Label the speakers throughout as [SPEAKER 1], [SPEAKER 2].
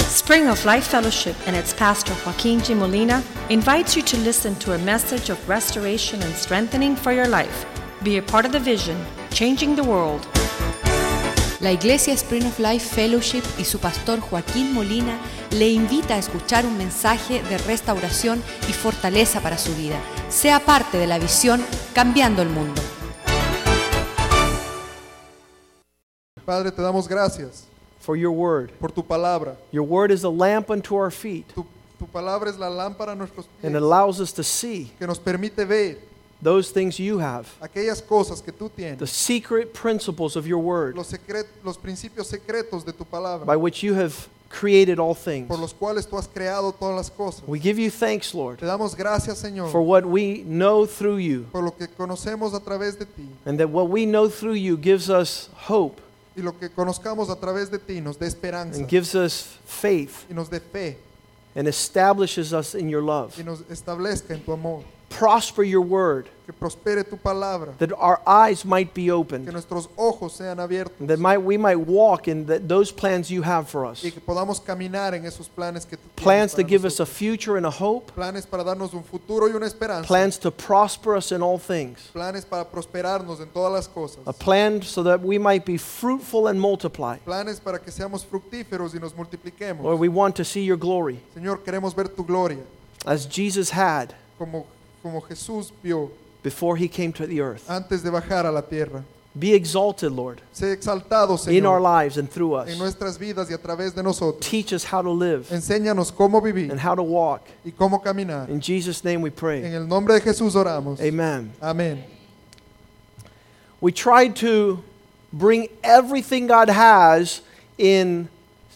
[SPEAKER 1] Spring of Life Fellowship and its pastor Joaquin G. Molina invites you to listen to a message of restoration and strengthening for your life. Be a part of the vision, changing the world.
[SPEAKER 2] La Iglesia Spring of Life Fellowship y su pastor Joaquín Molina le invita a escuchar un mensaje de restauración y fortaleza para su vida. Sea parte de la visión Cambiando el Mundo.
[SPEAKER 3] Padre, te damos gracias
[SPEAKER 4] for your word.
[SPEAKER 3] por tu palabra.
[SPEAKER 4] Your word is a lamp unto our feet
[SPEAKER 3] Tu, tu palabra es la lámpara a nuestros pies
[SPEAKER 4] and it allows us to see
[SPEAKER 3] que nos permite ver
[SPEAKER 4] those things you have,
[SPEAKER 3] aquellas cosas que tú
[SPEAKER 4] the
[SPEAKER 3] tienes,
[SPEAKER 4] secret principles of your word
[SPEAKER 3] los, secret- los principios secretos de tu palabra,
[SPEAKER 4] by which you have created all things.
[SPEAKER 3] por los cuales tú has creado todas las cosas.
[SPEAKER 4] We give you thanks, Lord,
[SPEAKER 3] Te damos gracias, Señor,
[SPEAKER 4] for what we know through you
[SPEAKER 3] por lo que conocemos a través de ti
[SPEAKER 4] and that what we know through you gives us hope
[SPEAKER 3] y lo que conozcamos a través de ti nos dé esperanza
[SPEAKER 4] and gives us faith
[SPEAKER 3] y nos dé fe
[SPEAKER 4] and establishes us in your love.
[SPEAKER 3] y nos establezca en tu amor.
[SPEAKER 4] Prosper your word
[SPEAKER 3] Que prospere tu palabra,
[SPEAKER 4] that our eyes might be
[SPEAKER 3] que
[SPEAKER 4] opened,
[SPEAKER 3] nuestros ojos sean abiertos
[SPEAKER 4] that might, we might walk in that those plans you have for us.
[SPEAKER 3] y que podamos caminar en esos planes que tú tienes
[SPEAKER 4] plans to
[SPEAKER 3] para
[SPEAKER 4] give us
[SPEAKER 3] nosotros.
[SPEAKER 4] a future and a hope,
[SPEAKER 3] planes para darnos un futuro y una esperanza,
[SPEAKER 4] plans to prosper us in all things,
[SPEAKER 3] planes para prosperarnos en todas las cosas,
[SPEAKER 4] a plan so that we might be fruitful and multiply.
[SPEAKER 3] planes para que seamos fructíferos y nos multipliquemos.
[SPEAKER 4] Lord, we want to see your glory
[SPEAKER 3] Señor, queremos ver tu gloria,
[SPEAKER 4] as Jesus had
[SPEAKER 3] como, como Jesús vio
[SPEAKER 4] before he came to the earth.
[SPEAKER 3] antes de bajar a la tierra.
[SPEAKER 4] Be exalted, Lord,
[SPEAKER 3] Sé exaltado,
[SPEAKER 4] in our
[SPEAKER 3] Señor,
[SPEAKER 4] lives and through
[SPEAKER 3] en
[SPEAKER 4] us.
[SPEAKER 3] nuestras vidas y a través de nosotros.
[SPEAKER 4] Teach us how to live
[SPEAKER 3] Enséñanos cómo
[SPEAKER 4] and
[SPEAKER 3] vivir
[SPEAKER 4] how to walk.
[SPEAKER 3] y cómo caminar.
[SPEAKER 4] In Jesus' name we
[SPEAKER 3] En
[SPEAKER 4] pray.
[SPEAKER 3] el nombre de Jesús oramos.
[SPEAKER 4] Amen.
[SPEAKER 3] Amén.
[SPEAKER 4] We tried to bring everything God has in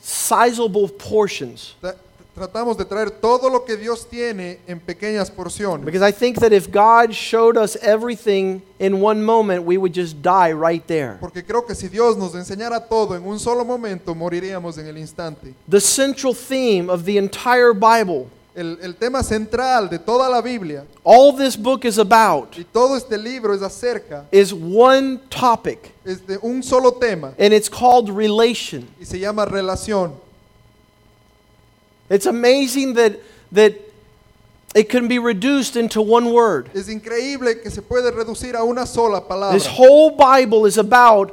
[SPEAKER 4] sizable portions.
[SPEAKER 3] Tra- Tratamos de traer todo lo que Dios tiene en pequeñas porciones.
[SPEAKER 4] Because I think that if God showed us everything in one moment, we would just die right there.
[SPEAKER 3] Porque creo que si Dios nos enseñara todo en un solo momento, moriríamos en el instante.
[SPEAKER 4] The central theme of the entire Bible,
[SPEAKER 3] El, el tema central de toda la Biblia
[SPEAKER 4] all this book is about,
[SPEAKER 3] y todo este libro es acerca,
[SPEAKER 4] is one topic,
[SPEAKER 3] es de un solo tema
[SPEAKER 4] and it's called relation.
[SPEAKER 3] y se llama relación.
[SPEAKER 4] It's amazing that, that it can be reduced into one word.
[SPEAKER 3] Es increíble que se puede reducir a una sola palabra.
[SPEAKER 4] This whole Bible is about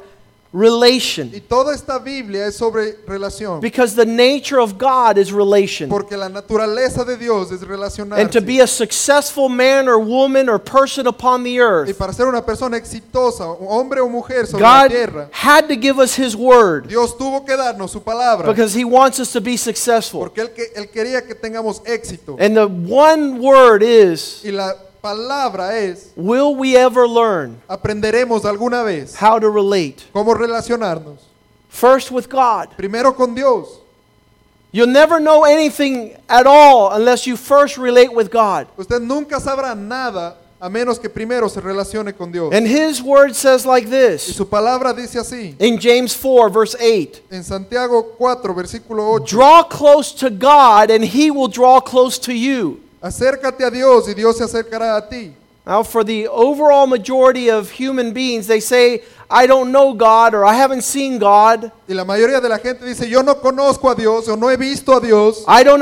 [SPEAKER 3] Y
[SPEAKER 4] relation.
[SPEAKER 3] toda esta Biblia es sobre relación.
[SPEAKER 4] Because the nature of God is relation.
[SPEAKER 3] Porque la naturaleza de Dios es
[SPEAKER 4] And to be
[SPEAKER 3] relacionarse.
[SPEAKER 4] a successful man or woman or person upon the
[SPEAKER 3] Y
[SPEAKER 4] earth,
[SPEAKER 3] para ser una persona exitosa, hombre o mujer sobre la
[SPEAKER 4] God
[SPEAKER 3] tierra,
[SPEAKER 4] had to give us His word
[SPEAKER 3] Dios tuvo que darnos su palabra.
[SPEAKER 4] because He wants us to be successful.
[SPEAKER 3] Porque él, que, él quería que tengamos éxito.
[SPEAKER 4] And the one word is
[SPEAKER 3] Y la palabra es,
[SPEAKER 4] will we ever learn
[SPEAKER 3] aprenderemos alguna vez
[SPEAKER 4] how to relate?
[SPEAKER 3] cómo relacionarnos.
[SPEAKER 4] First with God.
[SPEAKER 3] Primero con Dios.
[SPEAKER 4] You'll never know anything at all unless you first relate with God.
[SPEAKER 3] Usted nunca sabrá nada a menos que primero se relacione con Dios.
[SPEAKER 4] And His word says like
[SPEAKER 3] Y
[SPEAKER 4] this
[SPEAKER 3] su palabra dice así,
[SPEAKER 4] in James 4, verse 8
[SPEAKER 3] en Santiago 4, versículo 8,
[SPEAKER 4] Draw close to God, and He will draw close to you.
[SPEAKER 3] acércate a Dios y Dios se acercará a ti.
[SPEAKER 4] Now, for the overall majority of human beings, they say, I don't know God or I haven't seen God.
[SPEAKER 3] Y la mayoría de la gente dice, yo no conozco a Dios o no he visto a Dios
[SPEAKER 4] I don't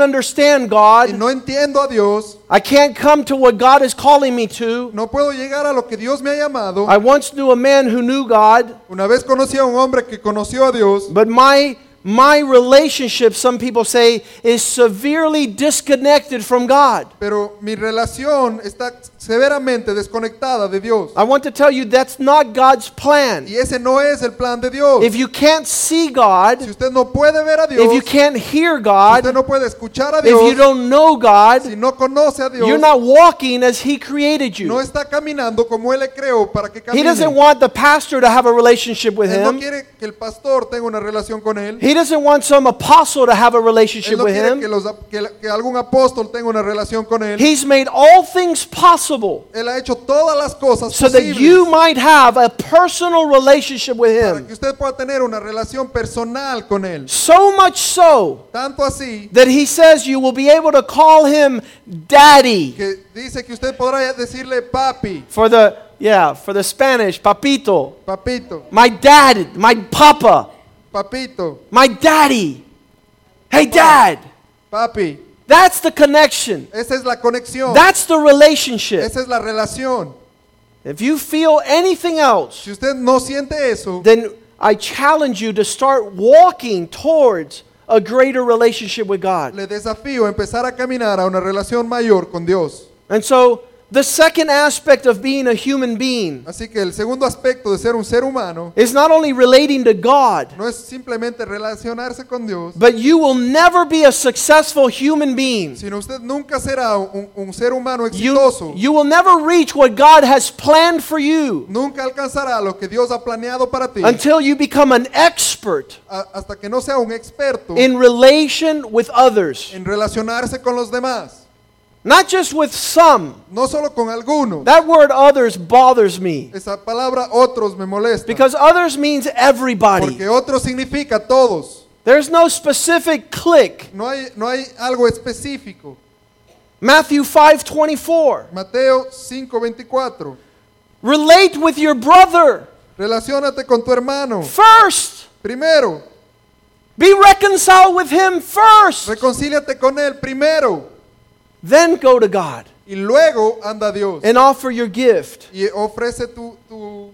[SPEAKER 3] y
[SPEAKER 4] understand God.
[SPEAKER 3] no entiendo a Dios,
[SPEAKER 4] I can't come to what God is calling me to.
[SPEAKER 3] no puedo llegar a lo que Dios me ha llamado.
[SPEAKER 4] I once knew a man who knew God,
[SPEAKER 3] Una vez conocí a un hombre que conoció a Dios,
[SPEAKER 4] but my my relationship, some people say, is severely disconnected from God.
[SPEAKER 3] pero mi relación está severamente desconectada de Dios.
[SPEAKER 4] I want to tell you that's not God's plan.
[SPEAKER 3] Y ese no es el plan de Dios.
[SPEAKER 4] If you can't see
[SPEAKER 3] Si
[SPEAKER 4] God,
[SPEAKER 3] usted no puede ver a Dios,
[SPEAKER 4] if you can't hear
[SPEAKER 3] si
[SPEAKER 4] God,
[SPEAKER 3] usted no puede escuchar a
[SPEAKER 4] if you
[SPEAKER 3] Dios,
[SPEAKER 4] don't know God,
[SPEAKER 3] si no conoce a Dios,
[SPEAKER 4] You're not walking as He created
[SPEAKER 3] no
[SPEAKER 4] you.
[SPEAKER 3] está caminando como Él le creó para que
[SPEAKER 4] He
[SPEAKER 3] camine.
[SPEAKER 4] doesn't want the pastor to have a relationship with
[SPEAKER 3] él no
[SPEAKER 4] Him.
[SPEAKER 3] quiere que el pastor tenga una relación con Él.
[SPEAKER 4] He doesn't want some apostle to have a
[SPEAKER 3] él
[SPEAKER 4] relationship
[SPEAKER 3] no
[SPEAKER 4] with
[SPEAKER 3] quiere que,
[SPEAKER 4] Him.
[SPEAKER 3] los ap- que la- que algún apóstol tenga una relación con Él.
[SPEAKER 4] He's made all things possible
[SPEAKER 3] él ha hecho todas las cosas
[SPEAKER 4] so that
[SPEAKER 3] posibles
[SPEAKER 4] you might have a personal relationship with
[SPEAKER 3] para que
[SPEAKER 4] Him.
[SPEAKER 3] usted pueda tener una relación personal con Él.
[SPEAKER 4] So much so
[SPEAKER 3] Tanto así
[SPEAKER 4] that He says you will be able to call Him Daddy.
[SPEAKER 3] que dice que usted podrá decirle papi,
[SPEAKER 4] For the, yeah, for the Spanish, Papito.
[SPEAKER 3] papito,
[SPEAKER 4] My dad, my papa,
[SPEAKER 3] papito.
[SPEAKER 4] my daddy. Hey, dad,
[SPEAKER 3] Papi,
[SPEAKER 4] that's the connection.
[SPEAKER 3] esa es la conexión.
[SPEAKER 4] That's the relationship.
[SPEAKER 3] Esa es la relación.
[SPEAKER 4] If you feel anything else,
[SPEAKER 3] Si usted no siente eso,
[SPEAKER 4] then I challenge you to start walking towards a greater relationship with God.
[SPEAKER 3] le desafío a empezar a caminar a una relación mayor con Dios.
[SPEAKER 4] And so, the second aspect of being a human being
[SPEAKER 3] Así que el segundo aspecto de ser un ser humano
[SPEAKER 4] is not only relating to God,
[SPEAKER 3] no es simplemente relacionarse con Dios,
[SPEAKER 4] but you will never be a successful human being.
[SPEAKER 3] sino usted nunca será un, un ser humano exitoso.
[SPEAKER 4] You, you will never reach what God has planned for you
[SPEAKER 3] nunca alcanzará lo que Dios ha planeado para ti
[SPEAKER 4] until you become an expert
[SPEAKER 3] a- hasta que no sea un experto
[SPEAKER 4] in relation with others,
[SPEAKER 3] en relacionarse con los demás,
[SPEAKER 4] not just with some.
[SPEAKER 3] no solo con algunos.
[SPEAKER 4] That word others bothers me
[SPEAKER 3] Esa palabra otros me molesta.
[SPEAKER 4] because others means everybody.
[SPEAKER 3] Porque otros significa todos.
[SPEAKER 4] There's no specific clique.
[SPEAKER 3] No hay, no hay algo específico.
[SPEAKER 4] Matthew 5:24.
[SPEAKER 3] Mateo 5:24.
[SPEAKER 4] Relate with your brother
[SPEAKER 3] Relaciónate con tu hermano.
[SPEAKER 4] first.
[SPEAKER 3] Primero,
[SPEAKER 4] Be reconciled with him first.
[SPEAKER 3] reconcíliate con él primero
[SPEAKER 4] Then go to God
[SPEAKER 3] y luego anda a Dios
[SPEAKER 4] and offer your gift.
[SPEAKER 3] y ofrece tu, tu,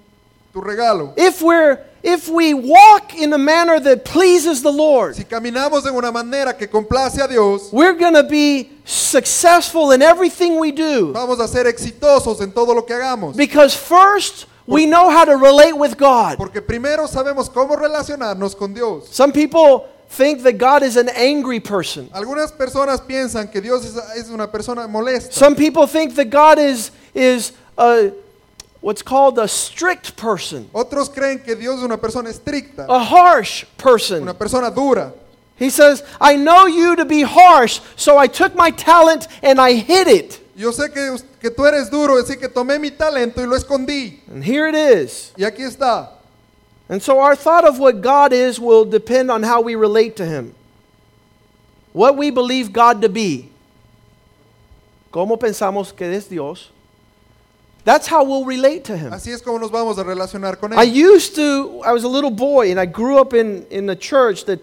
[SPEAKER 3] tu regalo.
[SPEAKER 4] If we're if we walk in a manner that pleases the Lord,
[SPEAKER 3] Si caminamos en una manera que complace a Dios,
[SPEAKER 4] we're going to be successful in everything we do
[SPEAKER 3] vamos a ser exitosos en todo lo que hagamos.
[SPEAKER 4] because first we know how to relate with God.
[SPEAKER 3] Porque primero sabemos cómo relacionarnos con Dios.
[SPEAKER 4] Some people think that God is an angry person.
[SPEAKER 3] Algunas personas piensan que Dios es, es una persona molesta.
[SPEAKER 4] Some people think that God is is a what's called a strict person,
[SPEAKER 3] Otros creen que Dios es una persona estricta,
[SPEAKER 4] a harsh person.
[SPEAKER 3] una persona dura.
[SPEAKER 4] He says, "I know you to be harsh, so I took my talent and I hid it."
[SPEAKER 3] Yo sé que, us- que tú eres duro, así que tomé mi talento y lo escondí.
[SPEAKER 4] And here it is.
[SPEAKER 3] Y aquí está.
[SPEAKER 4] And so our thought of what God is will depend on how we relate to him. What we believe God to be. Como pensamos que es Dios? That's how we'll relate to him.
[SPEAKER 3] Así es como nos vamos a relacionar con
[SPEAKER 4] I
[SPEAKER 3] Él.
[SPEAKER 4] used to, I was a little boy and I grew up in, in a church that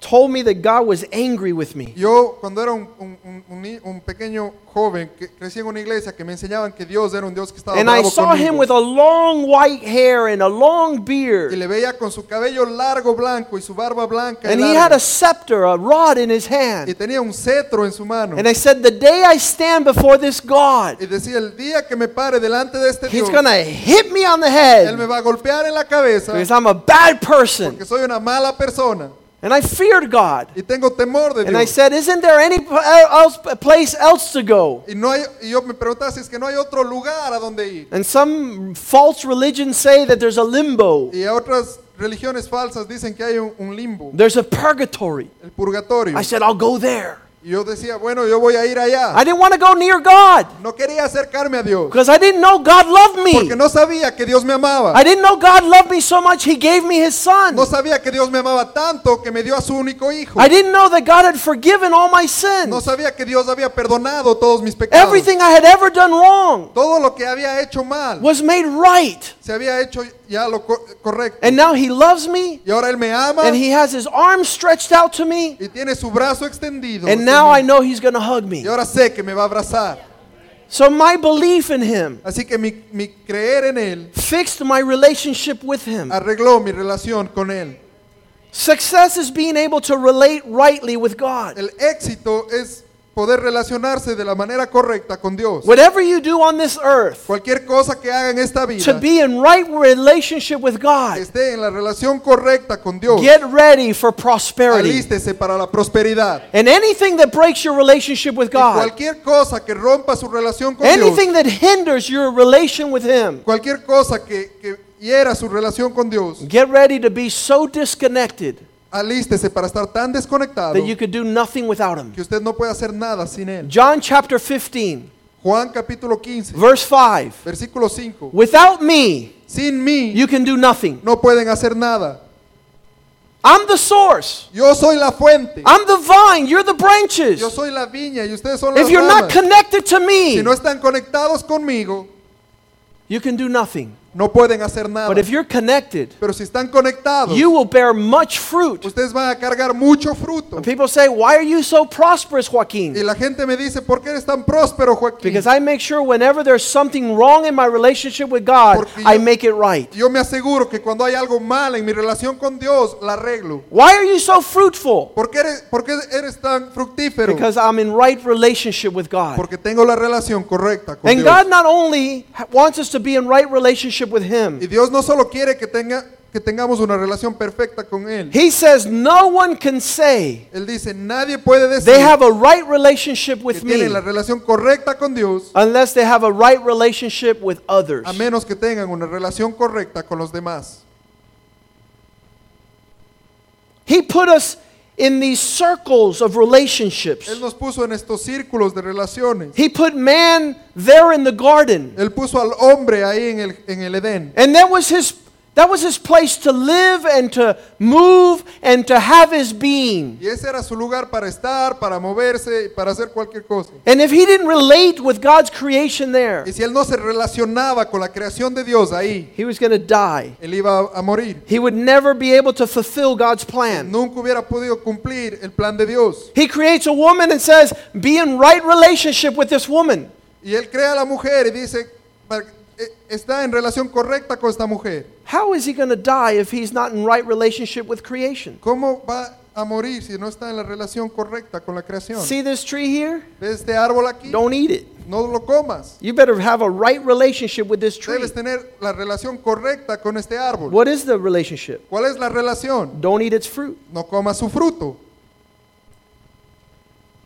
[SPEAKER 4] told me that God was angry with me.
[SPEAKER 3] Yo, cuando era un, un- un- un ni- un pequeño joven, que crecí en una iglesia que me enseñaban que Dios era un Dios que estaba
[SPEAKER 4] And I
[SPEAKER 3] Oh, bravo
[SPEAKER 4] saw him with
[SPEAKER 3] conmigo.
[SPEAKER 4] a long white hair and a
[SPEAKER 3] Y
[SPEAKER 4] long beard.
[SPEAKER 3] le veía con su cabello largo blanco y su barba blanca y
[SPEAKER 4] And he
[SPEAKER 3] larga.
[SPEAKER 4] had a scepter, a rod in his hand.
[SPEAKER 3] y tenía un cetro en su mano.
[SPEAKER 4] And I said, The day I stand before this God,
[SPEAKER 3] Y decía, el día que me pare delante de este
[SPEAKER 4] he's
[SPEAKER 3] Dios,
[SPEAKER 4] going to hit me on the
[SPEAKER 3] Él me
[SPEAKER 4] head
[SPEAKER 3] va a golpear en la cabeza
[SPEAKER 4] because I'm a bad person.
[SPEAKER 3] porque soy una mala persona
[SPEAKER 4] And I feared God.
[SPEAKER 3] y tengo temor de
[SPEAKER 4] And I
[SPEAKER 3] Dios.
[SPEAKER 4] said, Isn't there any p- else, place else to go?
[SPEAKER 3] Y, no hay, y yo me preguntaba si es que no hay otro lugar a donde ir.
[SPEAKER 4] And some false religions say that there's a limbo,
[SPEAKER 3] Y a otras religiones falsas dicen que hay un, un limbo,
[SPEAKER 4] there's a purgatory.
[SPEAKER 3] el purgatorio.
[SPEAKER 4] I said, I'll go there.
[SPEAKER 3] Y yo decía, bueno, yo voy a ir allá.
[SPEAKER 4] I didn't want to go near God
[SPEAKER 3] No quería acercarme a Dios
[SPEAKER 4] because I didn't know God loved
[SPEAKER 3] porque
[SPEAKER 4] me.
[SPEAKER 3] no sabía que Dios me amaba.
[SPEAKER 4] I didn't know God loved me so much, He gave me His Son.
[SPEAKER 3] No sabía que Dios me amaba tanto que me dio a su único hijo.
[SPEAKER 4] I didn't know that God had forgiven all my
[SPEAKER 3] No
[SPEAKER 4] sins,
[SPEAKER 3] sabía que Dios había perdonado todos mis pecados.
[SPEAKER 4] everything I had ever done wrong.
[SPEAKER 3] Todo lo que había hecho mal
[SPEAKER 4] was made right.
[SPEAKER 3] se había hecho ya lo co- correcto.
[SPEAKER 4] And now he loves me
[SPEAKER 3] Y ahora Él me ama
[SPEAKER 4] and he has his arm stretched out to me.
[SPEAKER 3] y tiene su brazo extendido.
[SPEAKER 4] And
[SPEAKER 3] hacia
[SPEAKER 4] now
[SPEAKER 3] mí.
[SPEAKER 4] I know he's going to hug me.
[SPEAKER 3] y ahora sé que me va a abrazar.
[SPEAKER 4] So my belief in him
[SPEAKER 3] Así que mi, mi creer en Él
[SPEAKER 4] fixed my relationship with him.
[SPEAKER 3] arregló mi relación con Él.
[SPEAKER 4] Success is being able to relate rightly with God.
[SPEAKER 3] El éxito es poder relacionarse de la manera correcta con Dios.
[SPEAKER 4] Whatever you do on this earth,
[SPEAKER 3] Cualquier cosa que haga en esta
[SPEAKER 4] to
[SPEAKER 3] vida, que
[SPEAKER 4] be in right relationship with God,
[SPEAKER 3] esté en la relación correcta con Dios,
[SPEAKER 4] get ready for prosperity.
[SPEAKER 3] alístese para la prosperidad.
[SPEAKER 4] And anything that breaks your relationship with
[SPEAKER 3] Y
[SPEAKER 4] God,
[SPEAKER 3] cualquier cosa que rompa su relación con Dios,
[SPEAKER 4] anything that hinders your relation with him,
[SPEAKER 3] cualquier cosa que, que hiera su relación con Dios,
[SPEAKER 4] get ready to be so disconnected
[SPEAKER 3] alístese para estar tan desconectado
[SPEAKER 4] that you could do nothing without him.
[SPEAKER 3] que usted no puede hacer nada sin Él.
[SPEAKER 4] John chapter 15,
[SPEAKER 3] Juan capítulo 15,
[SPEAKER 4] verse 5.
[SPEAKER 3] versículo 5.
[SPEAKER 4] Without me,
[SPEAKER 3] Sin mí
[SPEAKER 4] you can do nothing.
[SPEAKER 3] no pueden hacer nada.
[SPEAKER 4] I'm the source.
[SPEAKER 3] Yo soy la fuente.
[SPEAKER 4] I'm the vine. You're the branches.
[SPEAKER 3] Yo soy la viña y ustedes son
[SPEAKER 4] If
[SPEAKER 3] las
[SPEAKER 4] you're not
[SPEAKER 3] ramas.
[SPEAKER 4] connected to
[SPEAKER 3] Si
[SPEAKER 4] me,
[SPEAKER 3] no están conectados conmigo,
[SPEAKER 4] you can do nothing.
[SPEAKER 3] no pueden hacer nada.
[SPEAKER 4] But if you're connected,
[SPEAKER 3] Pero si están conectados,
[SPEAKER 4] you will bear much fruit.
[SPEAKER 3] ustedes van a cargar mucho fruto.
[SPEAKER 4] And people say, Why are you so prosperous, Joaquin?
[SPEAKER 3] Y la gente me dice, ¿por qué eres tan próspero, Joaquín?
[SPEAKER 4] Because I make sure whenever there's something wrong in my relationship with God,
[SPEAKER 3] Porque
[SPEAKER 4] I
[SPEAKER 3] yo-
[SPEAKER 4] make it right.
[SPEAKER 3] Yo me aseguro que cuando hay algo mal en mi relación con Dios, la arreglo.
[SPEAKER 4] Why are you so fruitful?
[SPEAKER 3] ¿Por qué eres, por qué eres tan fructífero?
[SPEAKER 4] Because I'm in right relationship with God.
[SPEAKER 3] Porque tengo la relación correcta con
[SPEAKER 4] And
[SPEAKER 3] Dios.
[SPEAKER 4] God not only ha- wants us to be in right relationship with
[SPEAKER 3] y
[SPEAKER 4] Him,
[SPEAKER 3] Dios no solo quiere que, tenga, que tengamos una relación perfecta con Él.
[SPEAKER 4] He says, No one can say
[SPEAKER 3] Él dice, nadie puede decir
[SPEAKER 4] they have a right relationship
[SPEAKER 3] que
[SPEAKER 4] with
[SPEAKER 3] tienen
[SPEAKER 4] me
[SPEAKER 3] la relación correcta con Dios
[SPEAKER 4] unless they have a right relationship with others.
[SPEAKER 3] a menos que tengan una relación correcta con los demás.
[SPEAKER 4] He put us in these circles of relationships.
[SPEAKER 3] Él nos puso en estos círculos de relaciones.
[SPEAKER 4] He put man there in the garden.
[SPEAKER 3] Él puso al hombre ahí en el, en el Edén.
[SPEAKER 4] And that was his that was his place to live and to move and to have his being.
[SPEAKER 3] Y ese era su lugar para estar, para moverse, y para hacer cualquier cosa.
[SPEAKER 4] And if he didn't relate with God's creation there,
[SPEAKER 3] Y si él no se relacionaba con la creación de Dios ahí,
[SPEAKER 4] he was going to die.
[SPEAKER 3] él iba a- a morir.
[SPEAKER 4] He would never be able to fulfill God's plan.
[SPEAKER 3] Nunca hubiera podido cumplir el plan de Dios.
[SPEAKER 4] He creates a woman and says, "Be in right relationship with this woman."
[SPEAKER 3] Y él crea a la mujer y dice, "Para- eh, está en relación correcta con esta mujer.
[SPEAKER 4] How is he going to die if he's not in right relationship with creation?
[SPEAKER 3] ¿Cómo va a morir si no está en la relación correcta con la creación?
[SPEAKER 4] See this tree here?
[SPEAKER 3] ¿Ves este árbol aquí?
[SPEAKER 4] Don't eat it.
[SPEAKER 3] No lo comas.
[SPEAKER 4] You better have a right relationship with this tree.
[SPEAKER 3] Debes tener la relación correcta con este árbol.
[SPEAKER 4] What is the relationship?
[SPEAKER 3] ¿Cuál es la relación?
[SPEAKER 4] Don't eat its fruit.
[SPEAKER 3] No comas su fruto.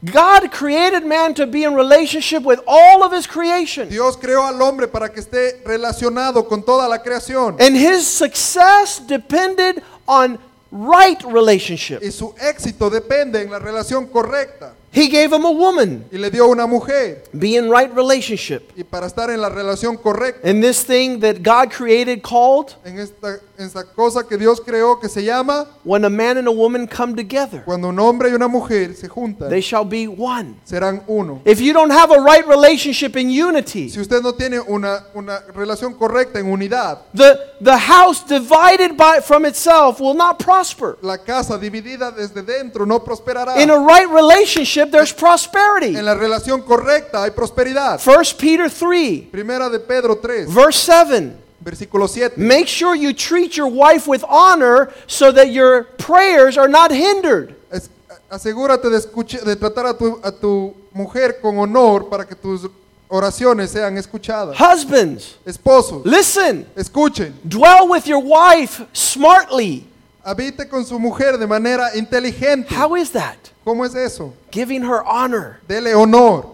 [SPEAKER 4] God created man to be in relationship with all of his creation.
[SPEAKER 3] Dios creó al hombre para que esté relacionado con toda la creación.
[SPEAKER 4] And his success depended on right relationship.
[SPEAKER 3] Y su éxito depende en la relación correcta.
[SPEAKER 4] He gave him a woman,
[SPEAKER 3] Y le dio una mujer.
[SPEAKER 4] be in right relationship.
[SPEAKER 3] Y para estar en la relación correcta,
[SPEAKER 4] And this thing that God created called
[SPEAKER 3] en esta, en esta cosa que Dios creó que se llama,
[SPEAKER 4] when a man and a woman come together,
[SPEAKER 3] cuando un hombre y una mujer se juntan,
[SPEAKER 4] they shall be one.
[SPEAKER 3] serán uno.
[SPEAKER 4] If you don't have a right relationship in unity,
[SPEAKER 3] Si usted no tiene una, una relación correcta en unidad,
[SPEAKER 4] the, the house divided by, from itself will not prosper.
[SPEAKER 3] la casa dividida desde dentro no prosperará.
[SPEAKER 4] In a right relationship, there's prosperity.
[SPEAKER 3] En la relación correcta hay prosperidad.
[SPEAKER 4] 1 Peter 3,
[SPEAKER 3] Primera de Pedro 3,
[SPEAKER 4] verse 7.
[SPEAKER 3] versículo 7.
[SPEAKER 4] Make sure you treat your wife with honor so that your prayers are not hindered.
[SPEAKER 3] Es- asegúrate de, escuch- de tratar a tu, a tu mujer con honor para que tus oraciones sean escuchadas.
[SPEAKER 4] Husbands,
[SPEAKER 3] Esposos,
[SPEAKER 4] listen.
[SPEAKER 3] escuchen.
[SPEAKER 4] Dwell with your wife smartly.
[SPEAKER 3] Habite con su mujer de manera inteligente.
[SPEAKER 4] How is that?
[SPEAKER 3] ¿Cómo es eso?
[SPEAKER 4] Giving her honor.
[SPEAKER 3] Dele honor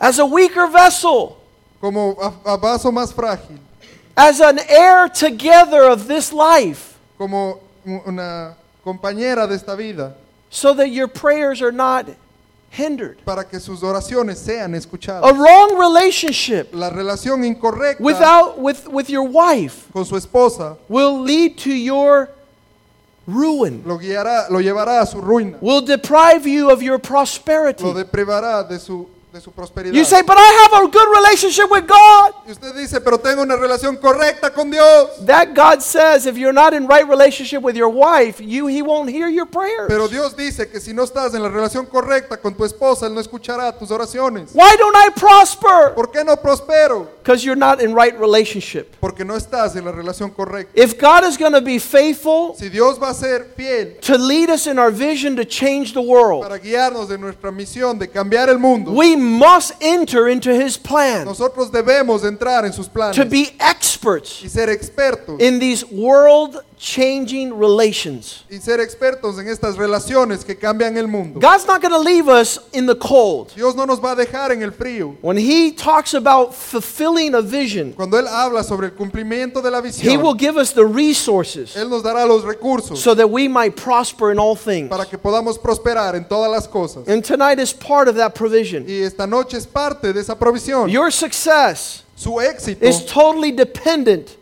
[SPEAKER 4] As a weaker vessel,
[SPEAKER 3] como a, a vaso más frágil,
[SPEAKER 4] as an heir together of this life,
[SPEAKER 3] como u- una compañera de esta vida,
[SPEAKER 4] so that your prayers are not hindered.
[SPEAKER 3] para que sus oraciones sean
[SPEAKER 4] A
[SPEAKER 3] escuchadas.
[SPEAKER 4] wrong relationship
[SPEAKER 3] La relación incorrecta
[SPEAKER 4] without with, with your wife
[SPEAKER 3] con su esposa
[SPEAKER 4] will lead to your ruin.
[SPEAKER 3] lo guiará, lo llevará a su ruina,
[SPEAKER 4] will deprive you of your
[SPEAKER 3] lo
[SPEAKER 4] prosperity.
[SPEAKER 3] deprivará de su, de su prosperidad.
[SPEAKER 4] You say, but I have a good relationship with God.
[SPEAKER 3] Y usted dice, pero tengo una relación correcta con Dios.
[SPEAKER 4] That God says, if you're not in right relationship with your wife, you He won't hear your prayers.
[SPEAKER 3] Pero Dios dice que si no estás en la relación correcta con tu esposa, Él no escuchará tus oraciones.
[SPEAKER 4] Why don't I prosper?
[SPEAKER 3] ¿Por qué no prospero?
[SPEAKER 4] Because you're not in right relationship.
[SPEAKER 3] Porque no estás en la relación correcta.
[SPEAKER 4] If God is going to be faithful
[SPEAKER 3] Si Dios va a ser fiel
[SPEAKER 4] to lead us in our vision to change the world,
[SPEAKER 3] para guiarnos de nuestra misión de cambiar el mundo,
[SPEAKER 4] we must enter into His plan
[SPEAKER 3] nosotros debemos entrar en sus
[SPEAKER 4] to
[SPEAKER 3] planes
[SPEAKER 4] be experts
[SPEAKER 3] y ser expertos
[SPEAKER 4] in these world changing relations.
[SPEAKER 3] y ser expertos en estas relaciones que cambian el mundo.
[SPEAKER 4] God's not going to leave us in the cold.
[SPEAKER 3] Dios no nos va a dejar en el frío.
[SPEAKER 4] When he talks about fulfilling a vision,
[SPEAKER 3] Cuando Él habla sobre el cumplimiento de la
[SPEAKER 4] he will
[SPEAKER 3] visión,
[SPEAKER 4] give us the resources
[SPEAKER 3] Él nos dará los recursos
[SPEAKER 4] so that we might prosper in all things.
[SPEAKER 3] para que podamos prosperar en todas las cosas.
[SPEAKER 4] And tonight is part of that provision.
[SPEAKER 3] Y esta noche es parte de esa provisión.
[SPEAKER 4] Your success
[SPEAKER 3] Su éxito
[SPEAKER 4] is totally dependent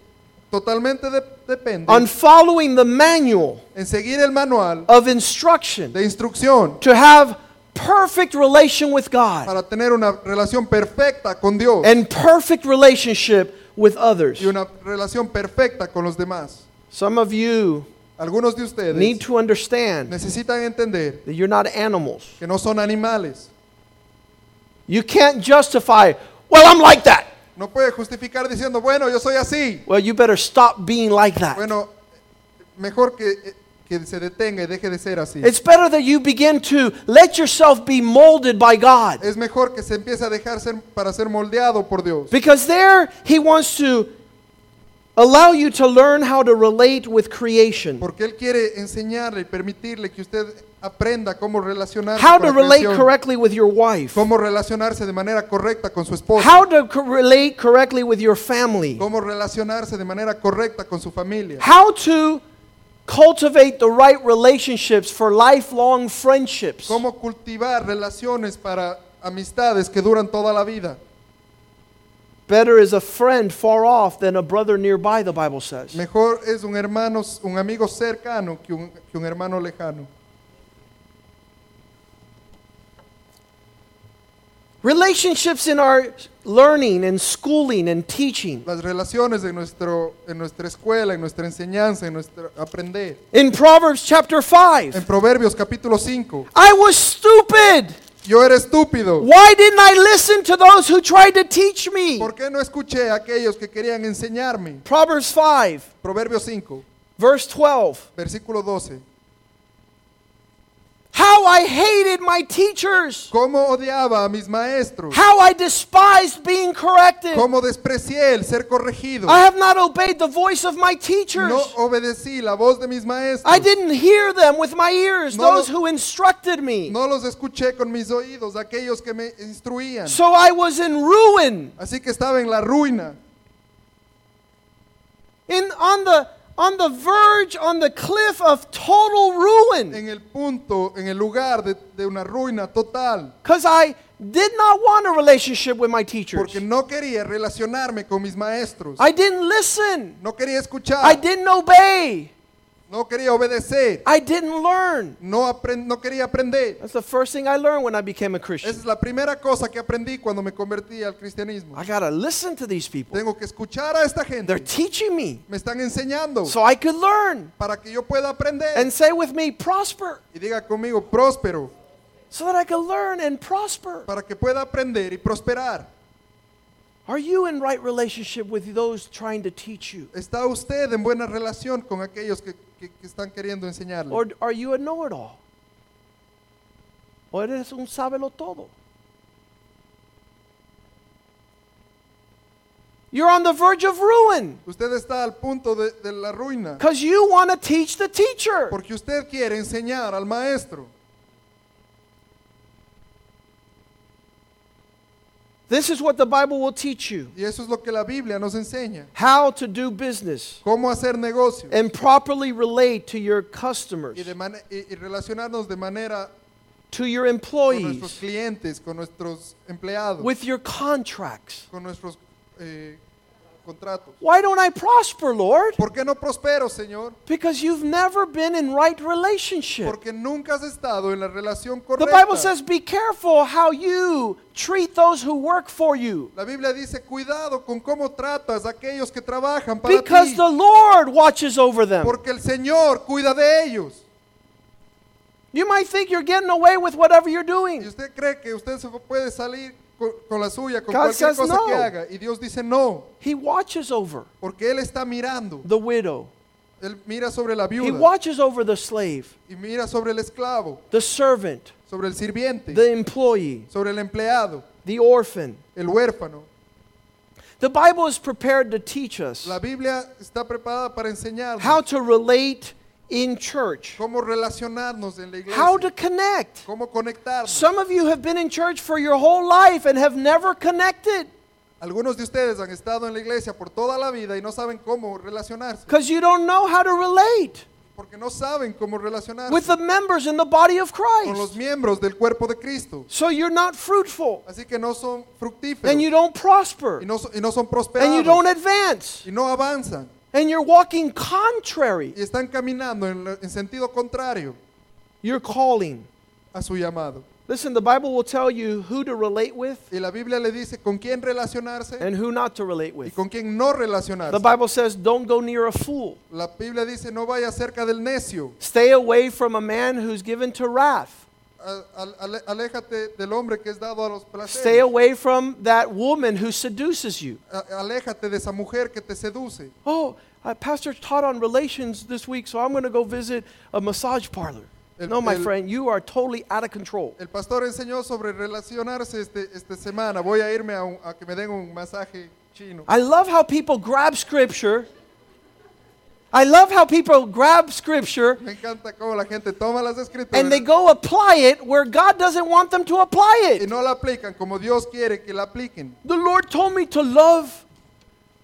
[SPEAKER 3] totalmente de- depende
[SPEAKER 4] on following the manual
[SPEAKER 3] en seguir el manual
[SPEAKER 4] of instruction
[SPEAKER 3] de instrucción
[SPEAKER 4] to have perfect relation with God
[SPEAKER 3] para tener una relación perfecta con Dios
[SPEAKER 4] and perfect relationship with others.
[SPEAKER 3] y una relación perfecta con los demás.
[SPEAKER 4] Some of you
[SPEAKER 3] Algunos de ustedes
[SPEAKER 4] need to understand
[SPEAKER 3] necesitan entender
[SPEAKER 4] that you're not animals.
[SPEAKER 3] que no son animales.
[SPEAKER 4] You can't justify, well, I'm like that.
[SPEAKER 3] No puede justificar diciendo, bueno, yo soy así.
[SPEAKER 4] Well, you better stop being like that.
[SPEAKER 3] Bueno, mejor que, eh, que se detenga y deje de ser así.
[SPEAKER 4] It's better that you begin to let yourself be molded by God.
[SPEAKER 3] Es mejor que se empiece a dejar ser, para ser moldeado por Dios.
[SPEAKER 4] Because there he wants to allow you to learn how to relate with creation.
[SPEAKER 3] Porque Él quiere enseñarle y permitirle que usted aprenda cómo relacionarse
[SPEAKER 4] How
[SPEAKER 3] con
[SPEAKER 4] to
[SPEAKER 3] la
[SPEAKER 4] relate
[SPEAKER 3] creación,
[SPEAKER 4] correctly with your wife.
[SPEAKER 3] cómo relacionarse de manera correcta con su esposo,
[SPEAKER 4] How to co- relate correctly with your family.
[SPEAKER 3] cómo relacionarse de manera correcta con su familia,
[SPEAKER 4] How to cultivate the right relationships for lifelong friendships.
[SPEAKER 3] cómo cultivar relaciones para amistades que duran toda la vida.
[SPEAKER 4] Better is a friend far off than a brother nearby, the Bible says.
[SPEAKER 3] Mejor es un hermano, un amigo cercano que un, que un hermano lejano.
[SPEAKER 4] Relationships in our learning and schooling and teaching.
[SPEAKER 3] Las relaciones de nuestro, en nuestra escuela, en nuestra enseñanza, en nuestro aprender.
[SPEAKER 4] In Proverbs chapter
[SPEAKER 3] En
[SPEAKER 4] 5,
[SPEAKER 3] Proverbios capítulo 5,
[SPEAKER 4] I was stupid.
[SPEAKER 3] yo era estúpido.
[SPEAKER 4] Why didn't I listen to those who tried to teach me?
[SPEAKER 3] ¿Por qué no escuché a aquellos que querían enseñarme?
[SPEAKER 4] Proverbs 5,
[SPEAKER 3] Proverbios 5,
[SPEAKER 4] verse 12.
[SPEAKER 3] versículo 12.
[SPEAKER 4] How I hated my teachers.
[SPEAKER 3] ¿Cómo odiaba a mis maestros?
[SPEAKER 4] How I despised being corrected.
[SPEAKER 3] ¿Cómo desprecié el ser corregido?
[SPEAKER 4] I have not obeyed the voice of my teachers.
[SPEAKER 3] No obedecí la voz de mis maestros.
[SPEAKER 4] I didn't hear them with my ears,
[SPEAKER 3] No
[SPEAKER 4] those
[SPEAKER 3] lo-
[SPEAKER 4] who instructed me.
[SPEAKER 3] No los escuché con mis oídos, aquellos que me instruían.
[SPEAKER 4] So I was in ruin.
[SPEAKER 3] Así que estaba en la ruina,
[SPEAKER 4] In on the on the verge, on the cliff of total ruin.
[SPEAKER 3] en el punto, en el lugar de, de una ruina total,
[SPEAKER 4] Because I did not want a relationship with my teachers.
[SPEAKER 3] porque no quería relacionarme con mis maestros.
[SPEAKER 4] I didn't listen.
[SPEAKER 3] No quería
[SPEAKER 4] I
[SPEAKER 3] escuchar,
[SPEAKER 4] didn't obey.
[SPEAKER 3] no quería obedecer,
[SPEAKER 4] I didn't learn.
[SPEAKER 3] no, apren- no quería aprender.
[SPEAKER 4] That's the first thing I learned when I became a
[SPEAKER 3] Esa
[SPEAKER 4] Christian.
[SPEAKER 3] es la primera cosa que aprendí cuando me convertí al cristianismo.
[SPEAKER 4] I gotta listen to these people.
[SPEAKER 3] Tengo que escuchar a esta
[SPEAKER 4] They're
[SPEAKER 3] gente.
[SPEAKER 4] teaching me
[SPEAKER 3] Me están enseñando
[SPEAKER 4] so I could learn.
[SPEAKER 3] para que yo pueda aprender.
[SPEAKER 4] And say with me, prosper,
[SPEAKER 3] Y diga conmigo, próspero,
[SPEAKER 4] so that I could learn and prosper.
[SPEAKER 3] para que pueda aprender y prosperar.
[SPEAKER 4] Are you in right relationship with those trying to teach you?
[SPEAKER 3] ¿Está usted en buena relación con aquellos que, que- que están queriendo enseñarle?
[SPEAKER 4] Or are you a know it all? O eres un sábelo todo. You're on the verge of ruin
[SPEAKER 3] Usted está al punto de, de la ruina
[SPEAKER 4] because you want to teach the teacher.
[SPEAKER 3] porque usted quiere enseñar al maestro.
[SPEAKER 4] This is what the Bible will teach you
[SPEAKER 3] Y eso es lo que la Biblia nos enseña.
[SPEAKER 4] how to do business
[SPEAKER 3] Cómo hacer negocios
[SPEAKER 4] and properly relate to your
[SPEAKER 3] y,
[SPEAKER 4] customers,
[SPEAKER 3] de mane- y- y relacionarnos de manera
[SPEAKER 4] to your
[SPEAKER 3] con nuestros
[SPEAKER 4] employees,
[SPEAKER 3] clientes, con nuestros empleados,
[SPEAKER 4] with your contracts.
[SPEAKER 3] con nuestros eh, contratos.
[SPEAKER 4] Why don't I prosper, Lord?
[SPEAKER 3] ¿Por qué no prospero, Señor?
[SPEAKER 4] Because you've never been in right relationship.
[SPEAKER 3] Porque nunca has estado en la relación
[SPEAKER 4] The
[SPEAKER 3] correcta.
[SPEAKER 4] Bible says, be careful how you treat those who work for you.
[SPEAKER 3] la Biblia dice, cuidado con cómo tratas a aquellos que trabajan para
[SPEAKER 4] Because
[SPEAKER 3] ti.
[SPEAKER 4] the Lord watches over them.
[SPEAKER 3] Porque el Señor cuida de ellos.
[SPEAKER 4] You might think you're getting away with whatever you're
[SPEAKER 3] Y
[SPEAKER 4] doing.
[SPEAKER 3] usted cree que usted se puede salir con, con la suya, con
[SPEAKER 4] God
[SPEAKER 3] cualquier
[SPEAKER 4] says
[SPEAKER 3] cosa que
[SPEAKER 4] no.
[SPEAKER 3] haga. Y Dios dice, no,
[SPEAKER 4] He watches over
[SPEAKER 3] porque Él está mirando.
[SPEAKER 4] the widow,
[SPEAKER 3] Él mira sobre la
[SPEAKER 4] He
[SPEAKER 3] viuda
[SPEAKER 4] watches over the slave,
[SPEAKER 3] y mira sobre el esclavo,
[SPEAKER 4] the servant,
[SPEAKER 3] sobre el sirviente,
[SPEAKER 4] the employee,
[SPEAKER 3] sobre el empleado,
[SPEAKER 4] the orphan.
[SPEAKER 3] el huérfano.
[SPEAKER 4] The Bible is prepared to teach us
[SPEAKER 3] La Biblia está preparada para
[SPEAKER 4] how
[SPEAKER 3] enseñarnos
[SPEAKER 4] to relate in church,
[SPEAKER 3] cómo relacionarnos en la
[SPEAKER 4] how to
[SPEAKER 3] iglesia,
[SPEAKER 4] connect.
[SPEAKER 3] cómo conectarnos.
[SPEAKER 4] Some of you have been in church for your whole life and have never connected
[SPEAKER 3] Algunos de ustedes han estado en la iglesia por toda la vida y no saben cómo relacionarse,
[SPEAKER 4] because you don't know how to relate
[SPEAKER 3] porque no saben cómo
[SPEAKER 4] with
[SPEAKER 3] relacionarse
[SPEAKER 4] the members in the body of
[SPEAKER 3] con los
[SPEAKER 4] Christ.
[SPEAKER 3] miembros del cuerpo de Cristo.
[SPEAKER 4] So you're not fruitful
[SPEAKER 3] Así que no son fructíferos
[SPEAKER 4] and you
[SPEAKER 3] y
[SPEAKER 4] don't prosper
[SPEAKER 3] no, son- y no son
[SPEAKER 4] and you don't
[SPEAKER 3] prosperados
[SPEAKER 4] advance
[SPEAKER 3] y no avanzan
[SPEAKER 4] and you're walking contrary
[SPEAKER 3] y están caminando en, la- en sentido contrario
[SPEAKER 4] your calling.
[SPEAKER 3] a su llamado.
[SPEAKER 4] Listen, the Bible will tell you who to relate with
[SPEAKER 3] Y la Biblia le dice con quién relacionarse
[SPEAKER 4] and who not to relate
[SPEAKER 3] y
[SPEAKER 4] with.
[SPEAKER 3] con quién no
[SPEAKER 4] The
[SPEAKER 3] relacionarse.
[SPEAKER 4] Bible says, don't go near a fool.
[SPEAKER 3] La Biblia dice no vaya cerca del necio.
[SPEAKER 4] Stay away from a man who's given to wrath.
[SPEAKER 3] A- al- ale- Aléjate del hombre que es dado a los
[SPEAKER 4] Stay
[SPEAKER 3] placeres.
[SPEAKER 4] away from that woman who seduces you.
[SPEAKER 3] A- Aléjate de esa mujer que te seduce.
[SPEAKER 4] Oh, uh, Pastor taught on relations this week, so I'm going to go visit a massage parlor.
[SPEAKER 3] El-
[SPEAKER 4] no, my
[SPEAKER 3] el-
[SPEAKER 4] friend, you are totally out of control.
[SPEAKER 3] El pastor enseñó sobre relacionarse este, esta semana. Voy a irme a, un- a que me den un masaje chino.
[SPEAKER 4] I love how people grab scripture. I love how people grab scripture
[SPEAKER 3] Me encanta cómo la gente toma las escrituras
[SPEAKER 4] and they go apply it where God doesn't want them to apply
[SPEAKER 3] y
[SPEAKER 4] it.
[SPEAKER 3] no la aplican como Dios quiere que la apliquen.
[SPEAKER 4] The Lord told me to love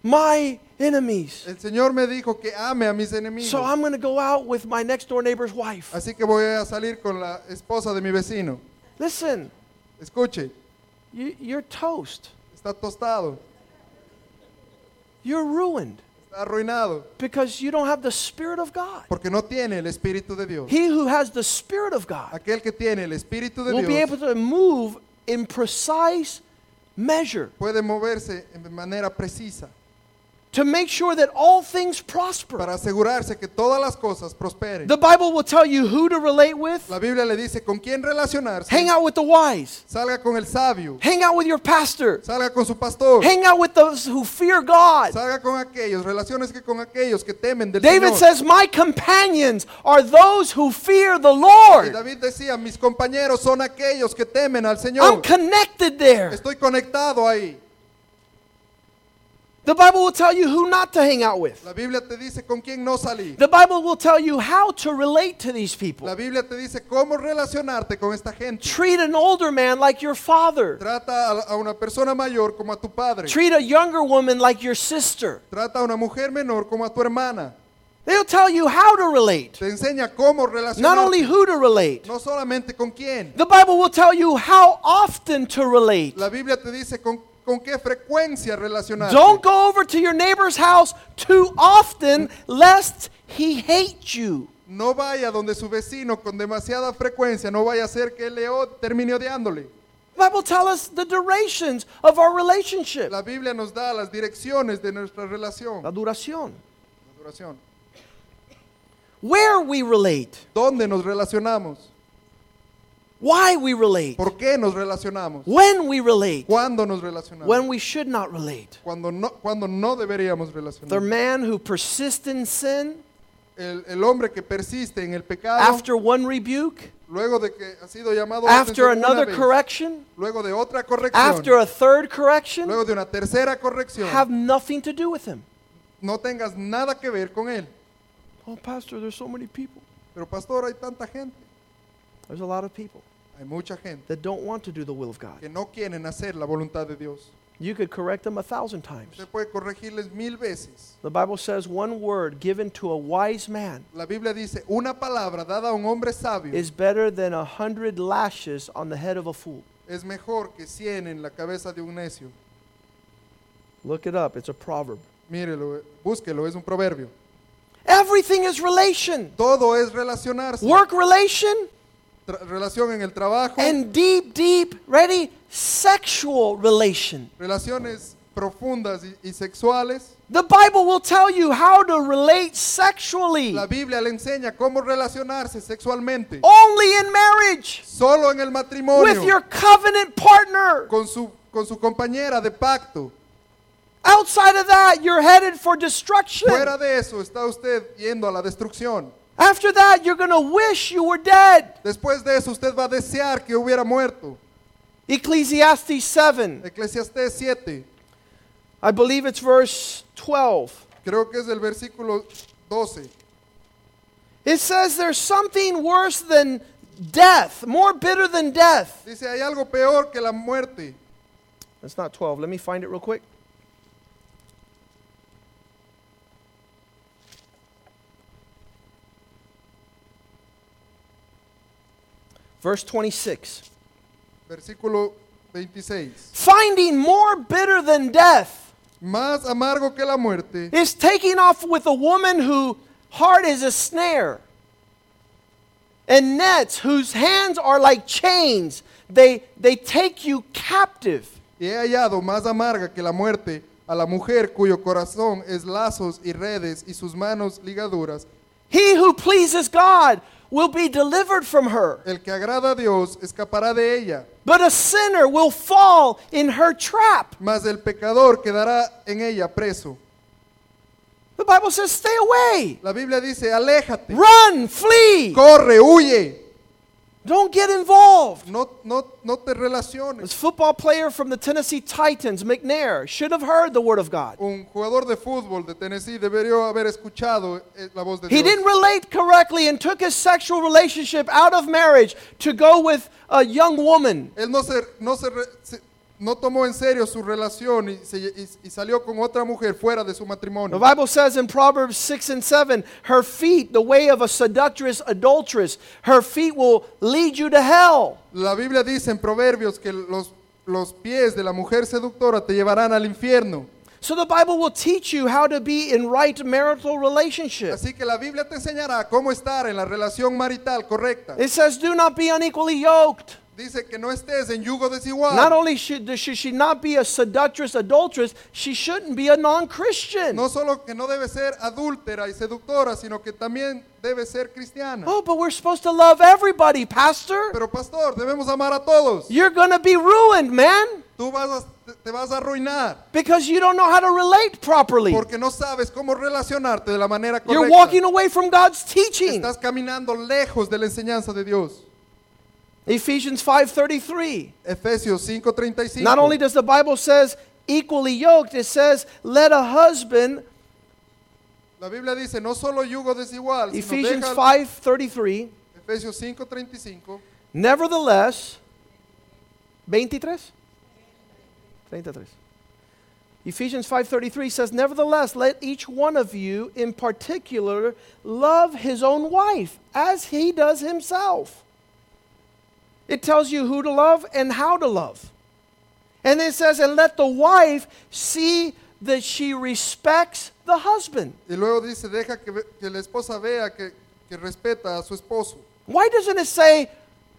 [SPEAKER 4] my enemies.
[SPEAKER 3] El Señor me dijo que ame a mis enemigos.
[SPEAKER 4] So I'm going to go out with my next door neighbor's wife.
[SPEAKER 3] Así que voy a salir con la esposa de mi vecino.
[SPEAKER 4] Listen,
[SPEAKER 3] Escuche,
[SPEAKER 4] you, you're toast.
[SPEAKER 3] está tostado,
[SPEAKER 4] You're ruined
[SPEAKER 3] está arruinado,
[SPEAKER 4] because you don't have the Spirit of God.
[SPEAKER 3] porque no tiene el Espíritu de Dios.
[SPEAKER 4] He who has the Spirit of God
[SPEAKER 3] Aquel que tiene el Espíritu de
[SPEAKER 4] will be able
[SPEAKER 3] Dios
[SPEAKER 4] to move in precise measure
[SPEAKER 3] puede moverse de manera precisa
[SPEAKER 4] to make sure that all things prosper.
[SPEAKER 3] para asegurarse que todas las cosas prosperen.
[SPEAKER 4] The Bible will tell you who to relate with.
[SPEAKER 3] La Biblia le dice con quién relacionarse.
[SPEAKER 4] Hang out with the wise.
[SPEAKER 3] Salga con el sabio,
[SPEAKER 4] Hang out with your pastor.
[SPEAKER 3] salga con su pastor,
[SPEAKER 4] Hang out with those who fear God.
[SPEAKER 3] salga con aquellos, relaciones que con aquellos que temen del
[SPEAKER 4] David
[SPEAKER 3] Señor.
[SPEAKER 4] says, My companions are those who fear the
[SPEAKER 3] Y
[SPEAKER 4] Lord.
[SPEAKER 3] David decía, mis compañeros son aquellos que temen al
[SPEAKER 4] I'm
[SPEAKER 3] Señor.
[SPEAKER 4] connected there.
[SPEAKER 3] Estoy conectado ahí.
[SPEAKER 4] The Bible will tell you who not to hang out with.
[SPEAKER 3] La Biblia te dice con quién no salir.
[SPEAKER 4] The Bible will tell you how to relate to these
[SPEAKER 3] La
[SPEAKER 4] people.
[SPEAKER 3] Biblia te dice cómo relacionarte con esta gente.
[SPEAKER 4] Treat an older man like your father.
[SPEAKER 3] Trata a- a una persona mayor como a tu padre.
[SPEAKER 4] Treat a younger woman like your sister.
[SPEAKER 3] Trata a una mujer menor como a tu hermana.
[SPEAKER 4] They'll tell you how to relate,
[SPEAKER 3] Te enseña cómo
[SPEAKER 4] not only
[SPEAKER 3] relacionarte.
[SPEAKER 4] who to relate.
[SPEAKER 3] No solamente con quién.
[SPEAKER 4] The Bible will tell you how often to relate.
[SPEAKER 3] La Biblia te dice con, con qué frecuencia relacionarte.
[SPEAKER 4] Don't go over to your neighbor's house too often, lest he hate you.
[SPEAKER 3] No vaya donde su vecino con demasiada frecuencia. No vaya a ser que él le od- termine odiándole.
[SPEAKER 4] The Bible tells us the durations of our relationship.
[SPEAKER 3] La Biblia nos da las direcciones de nuestra relación.
[SPEAKER 4] La
[SPEAKER 3] La
[SPEAKER 4] duración.
[SPEAKER 3] duración.
[SPEAKER 4] Where we relate.
[SPEAKER 3] ¿Dónde nos relacionamos?
[SPEAKER 4] Why we relate.
[SPEAKER 3] ¿Por qué nos relacionamos?
[SPEAKER 4] When we relate.
[SPEAKER 3] ¿Cuándo nos relacionamos?
[SPEAKER 4] When we should not relate.
[SPEAKER 3] cuando no, cuando no deberíamos
[SPEAKER 4] The
[SPEAKER 3] relacionarnos.
[SPEAKER 4] man who persists in sin
[SPEAKER 3] El, el hombre que persiste en el pecado,
[SPEAKER 4] after one rebuque,
[SPEAKER 3] luego de que ha sido llamado la
[SPEAKER 4] after
[SPEAKER 3] atención una
[SPEAKER 4] another
[SPEAKER 3] vez,
[SPEAKER 4] correction,
[SPEAKER 3] luego de otra corrección,
[SPEAKER 4] after a third correction,
[SPEAKER 3] luego de una tercera corrección,
[SPEAKER 4] have nothing to do with him.
[SPEAKER 3] no tengas nada que ver con él.
[SPEAKER 4] Oh, Pastor, there's so many people.
[SPEAKER 3] Pero pastor, hay tanta gente,
[SPEAKER 4] There's a lot of people
[SPEAKER 3] hay mucha gente
[SPEAKER 4] that don't want to do the will of God.
[SPEAKER 3] que no quieren hacer la voluntad de Dios.
[SPEAKER 4] You could correct them a thousand times.
[SPEAKER 3] Usted puede corregirles mil veces.
[SPEAKER 4] The Bible says one word given to a wise man
[SPEAKER 3] La Biblia dice, una palabra dada a un hombre sabio
[SPEAKER 4] is better than a hundred lashes on the head of a fool.
[SPEAKER 3] es mejor que cien en la cabeza de un necio.
[SPEAKER 4] Look it up, it's a proverb.
[SPEAKER 3] Mírelo, eh, búsquelo, es un proverbio.
[SPEAKER 4] Everything is relation
[SPEAKER 3] Todo es relacionarse.
[SPEAKER 4] work relation
[SPEAKER 3] Tra- relación en el trabajo,
[SPEAKER 4] and deep, deep, ready, sexual relation.
[SPEAKER 3] relaciones profundas y, y sexuales.
[SPEAKER 4] The Bible will tell you how to relate sexually
[SPEAKER 3] La Biblia le enseña cómo relacionarse sexualmente.
[SPEAKER 4] only in marriage
[SPEAKER 3] Solo en el
[SPEAKER 4] Oh. with
[SPEAKER 3] matrimonio.
[SPEAKER 4] your covenant partner.
[SPEAKER 3] Con su, con su compañera de pacto.
[SPEAKER 4] Outside of that, you're headed for destruction.
[SPEAKER 3] Fuera de eso está usted yendo a la destrucción.
[SPEAKER 4] After that, you're going to wish you were dead.
[SPEAKER 3] Después de eso usted va a desear que hubiera muerto.
[SPEAKER 4] Ecclesiastes 7,
[SPEAKER 3] Eclesiastés 7,
[SPEAKER 4] I believe it's verse 12.
[SPEAKER 3] creo que es el versículo 12.
[SPEAKER 4] It says there's something worse than death, more bitter than death.
[SPEAKER 3] Dice, hay algo peor que la muerte.
[SPEAKER 4] That's not 12. Let me find it real quick. Verse 26.
[SPEAKER 3] Versículo 26.
[SPEAKER 4] Finding more bitter than death
[SPEAKER 3] Más amargo que la muerte
[SPEAKER 4] is taking off with a woman whose heart is a snare and nets whose hands are like chains they, they take you captive.
[SPEAKER 3] Y he hallado más amarga que la muerte a la mujer cuyo corazón es lazos y redes y sus manos ligaduras.
[SPEAKER 4] He who pleases God will be delivered from her,
[SPEAKER 3] El que agrada a Dios escapará de ella,
[SPEAKER 4] but a sinner will fall in her trap.
[SPEAKER 3] mas el pecador quedará en ella preso.
[SPEAKER 4] The Bible says, stay away,
[SPEAKER 3] La Biblia dice, aléjate,
[SPEAKER 4] run, flee,
[SPEAKER 3] corre, huye,
[SPEAKER 4] don't get involved.
[SPEAKER 3] no, no, no te relaciones.
[SPEAKER 4] This football player from the Tennessee Titans, McNair, should have heard the word of God.
[SPEAKER 3] Un jugador de fútbol de Tennessee debería haber escuchado eh, la voz de
[SPEAKER 4] He
[SPEAKER 3] Dios.
[SPEAKER 4] didn't relate correctly and took his sexual relationship out of marriage to go with a young woman.
[SPEAKER 3] Él no, se, no, se re- se- no tomó en serio su relación y, se- y- y salió con otra mujer fuera de su
[SPEAKER 4] The
[SPEAKER 3] matrimonio.
[SPEAKER 4] Bible says in Proverbs 6 and 7 her feet, the way of a seductress adulteress, her feet will lead you to hell.
[SPEAKER 3] La Biblia dice en Proverbios que los, los pies de la mujer seductora te llevarán al infierno.
[SPEAKER 4] So the Bible will teach you how to be in right marital relationship.
[SPEAKER 3] Así que la Biblia te enseñará cómo estar en la relación marital correcta.
[SPEAKER 4] It says, do not be unequally yoked.
[SPEAKER 3] Dice que no estés en yugo
[SPEAKER 4] Not
[SPEAKER 3] desigual.
[SPEAKER 4] only should, should she not be a seductress adulteress, she shouldn't be a non Christian.
[SPEAKER 3] No solo que no debe ser adúltera y seductora, sino que también debe ser cristiana.
[SPEAKER 4] Oh, but we're supposed to love everybody, Pastor.
[SPEAKER 3] Pero pastor, debemos amar a todos.
[SPEAKER 4] You're going to be ruined, man,
[SPEAKER 3] Tú vas a- te- te vas a arruinar
[SPEAKER 4] because you don't know how to relate properly.
[SPEAKER 3] porque no sabes cómo relacionarte de la manera
[SPEAKER 4] You're
[SPEAKER 3] correcta.
[SPEAKER 4] walking away from God's teaching.
[SPEAKER 3] Estás caminando lejos de la enseñanza de Dios.
[SPEAKER 4] Ephesians 5:33.
[SPEAKER 3] Efesios 5:35.
[SPEAKER 4] Not only does the Bible says equally yoked, it says let a husband
[SPEAKER 3] la Biblia dice no solo yugo desigual, sino
[SPEAKER 4] Ephesians
[SPEAKER 3] deja-
[SPEAKER 4] 5:33,
[SPEAKER 3] Efesios 5:35.
[SPEAKER 4] nevertheless 23 33. Ephesians 5:33 says nevertheless let each one of you in particular love his own wife as he does himself. It tells you who to love and how to love. And it says, and let the wife see that she respects the husband.
[SPEAKER 3] Y luego dice, deja que, ve- que la esposa vea que, que respeta a su esposo.
[SPEAKER 4] Why doesn't it say,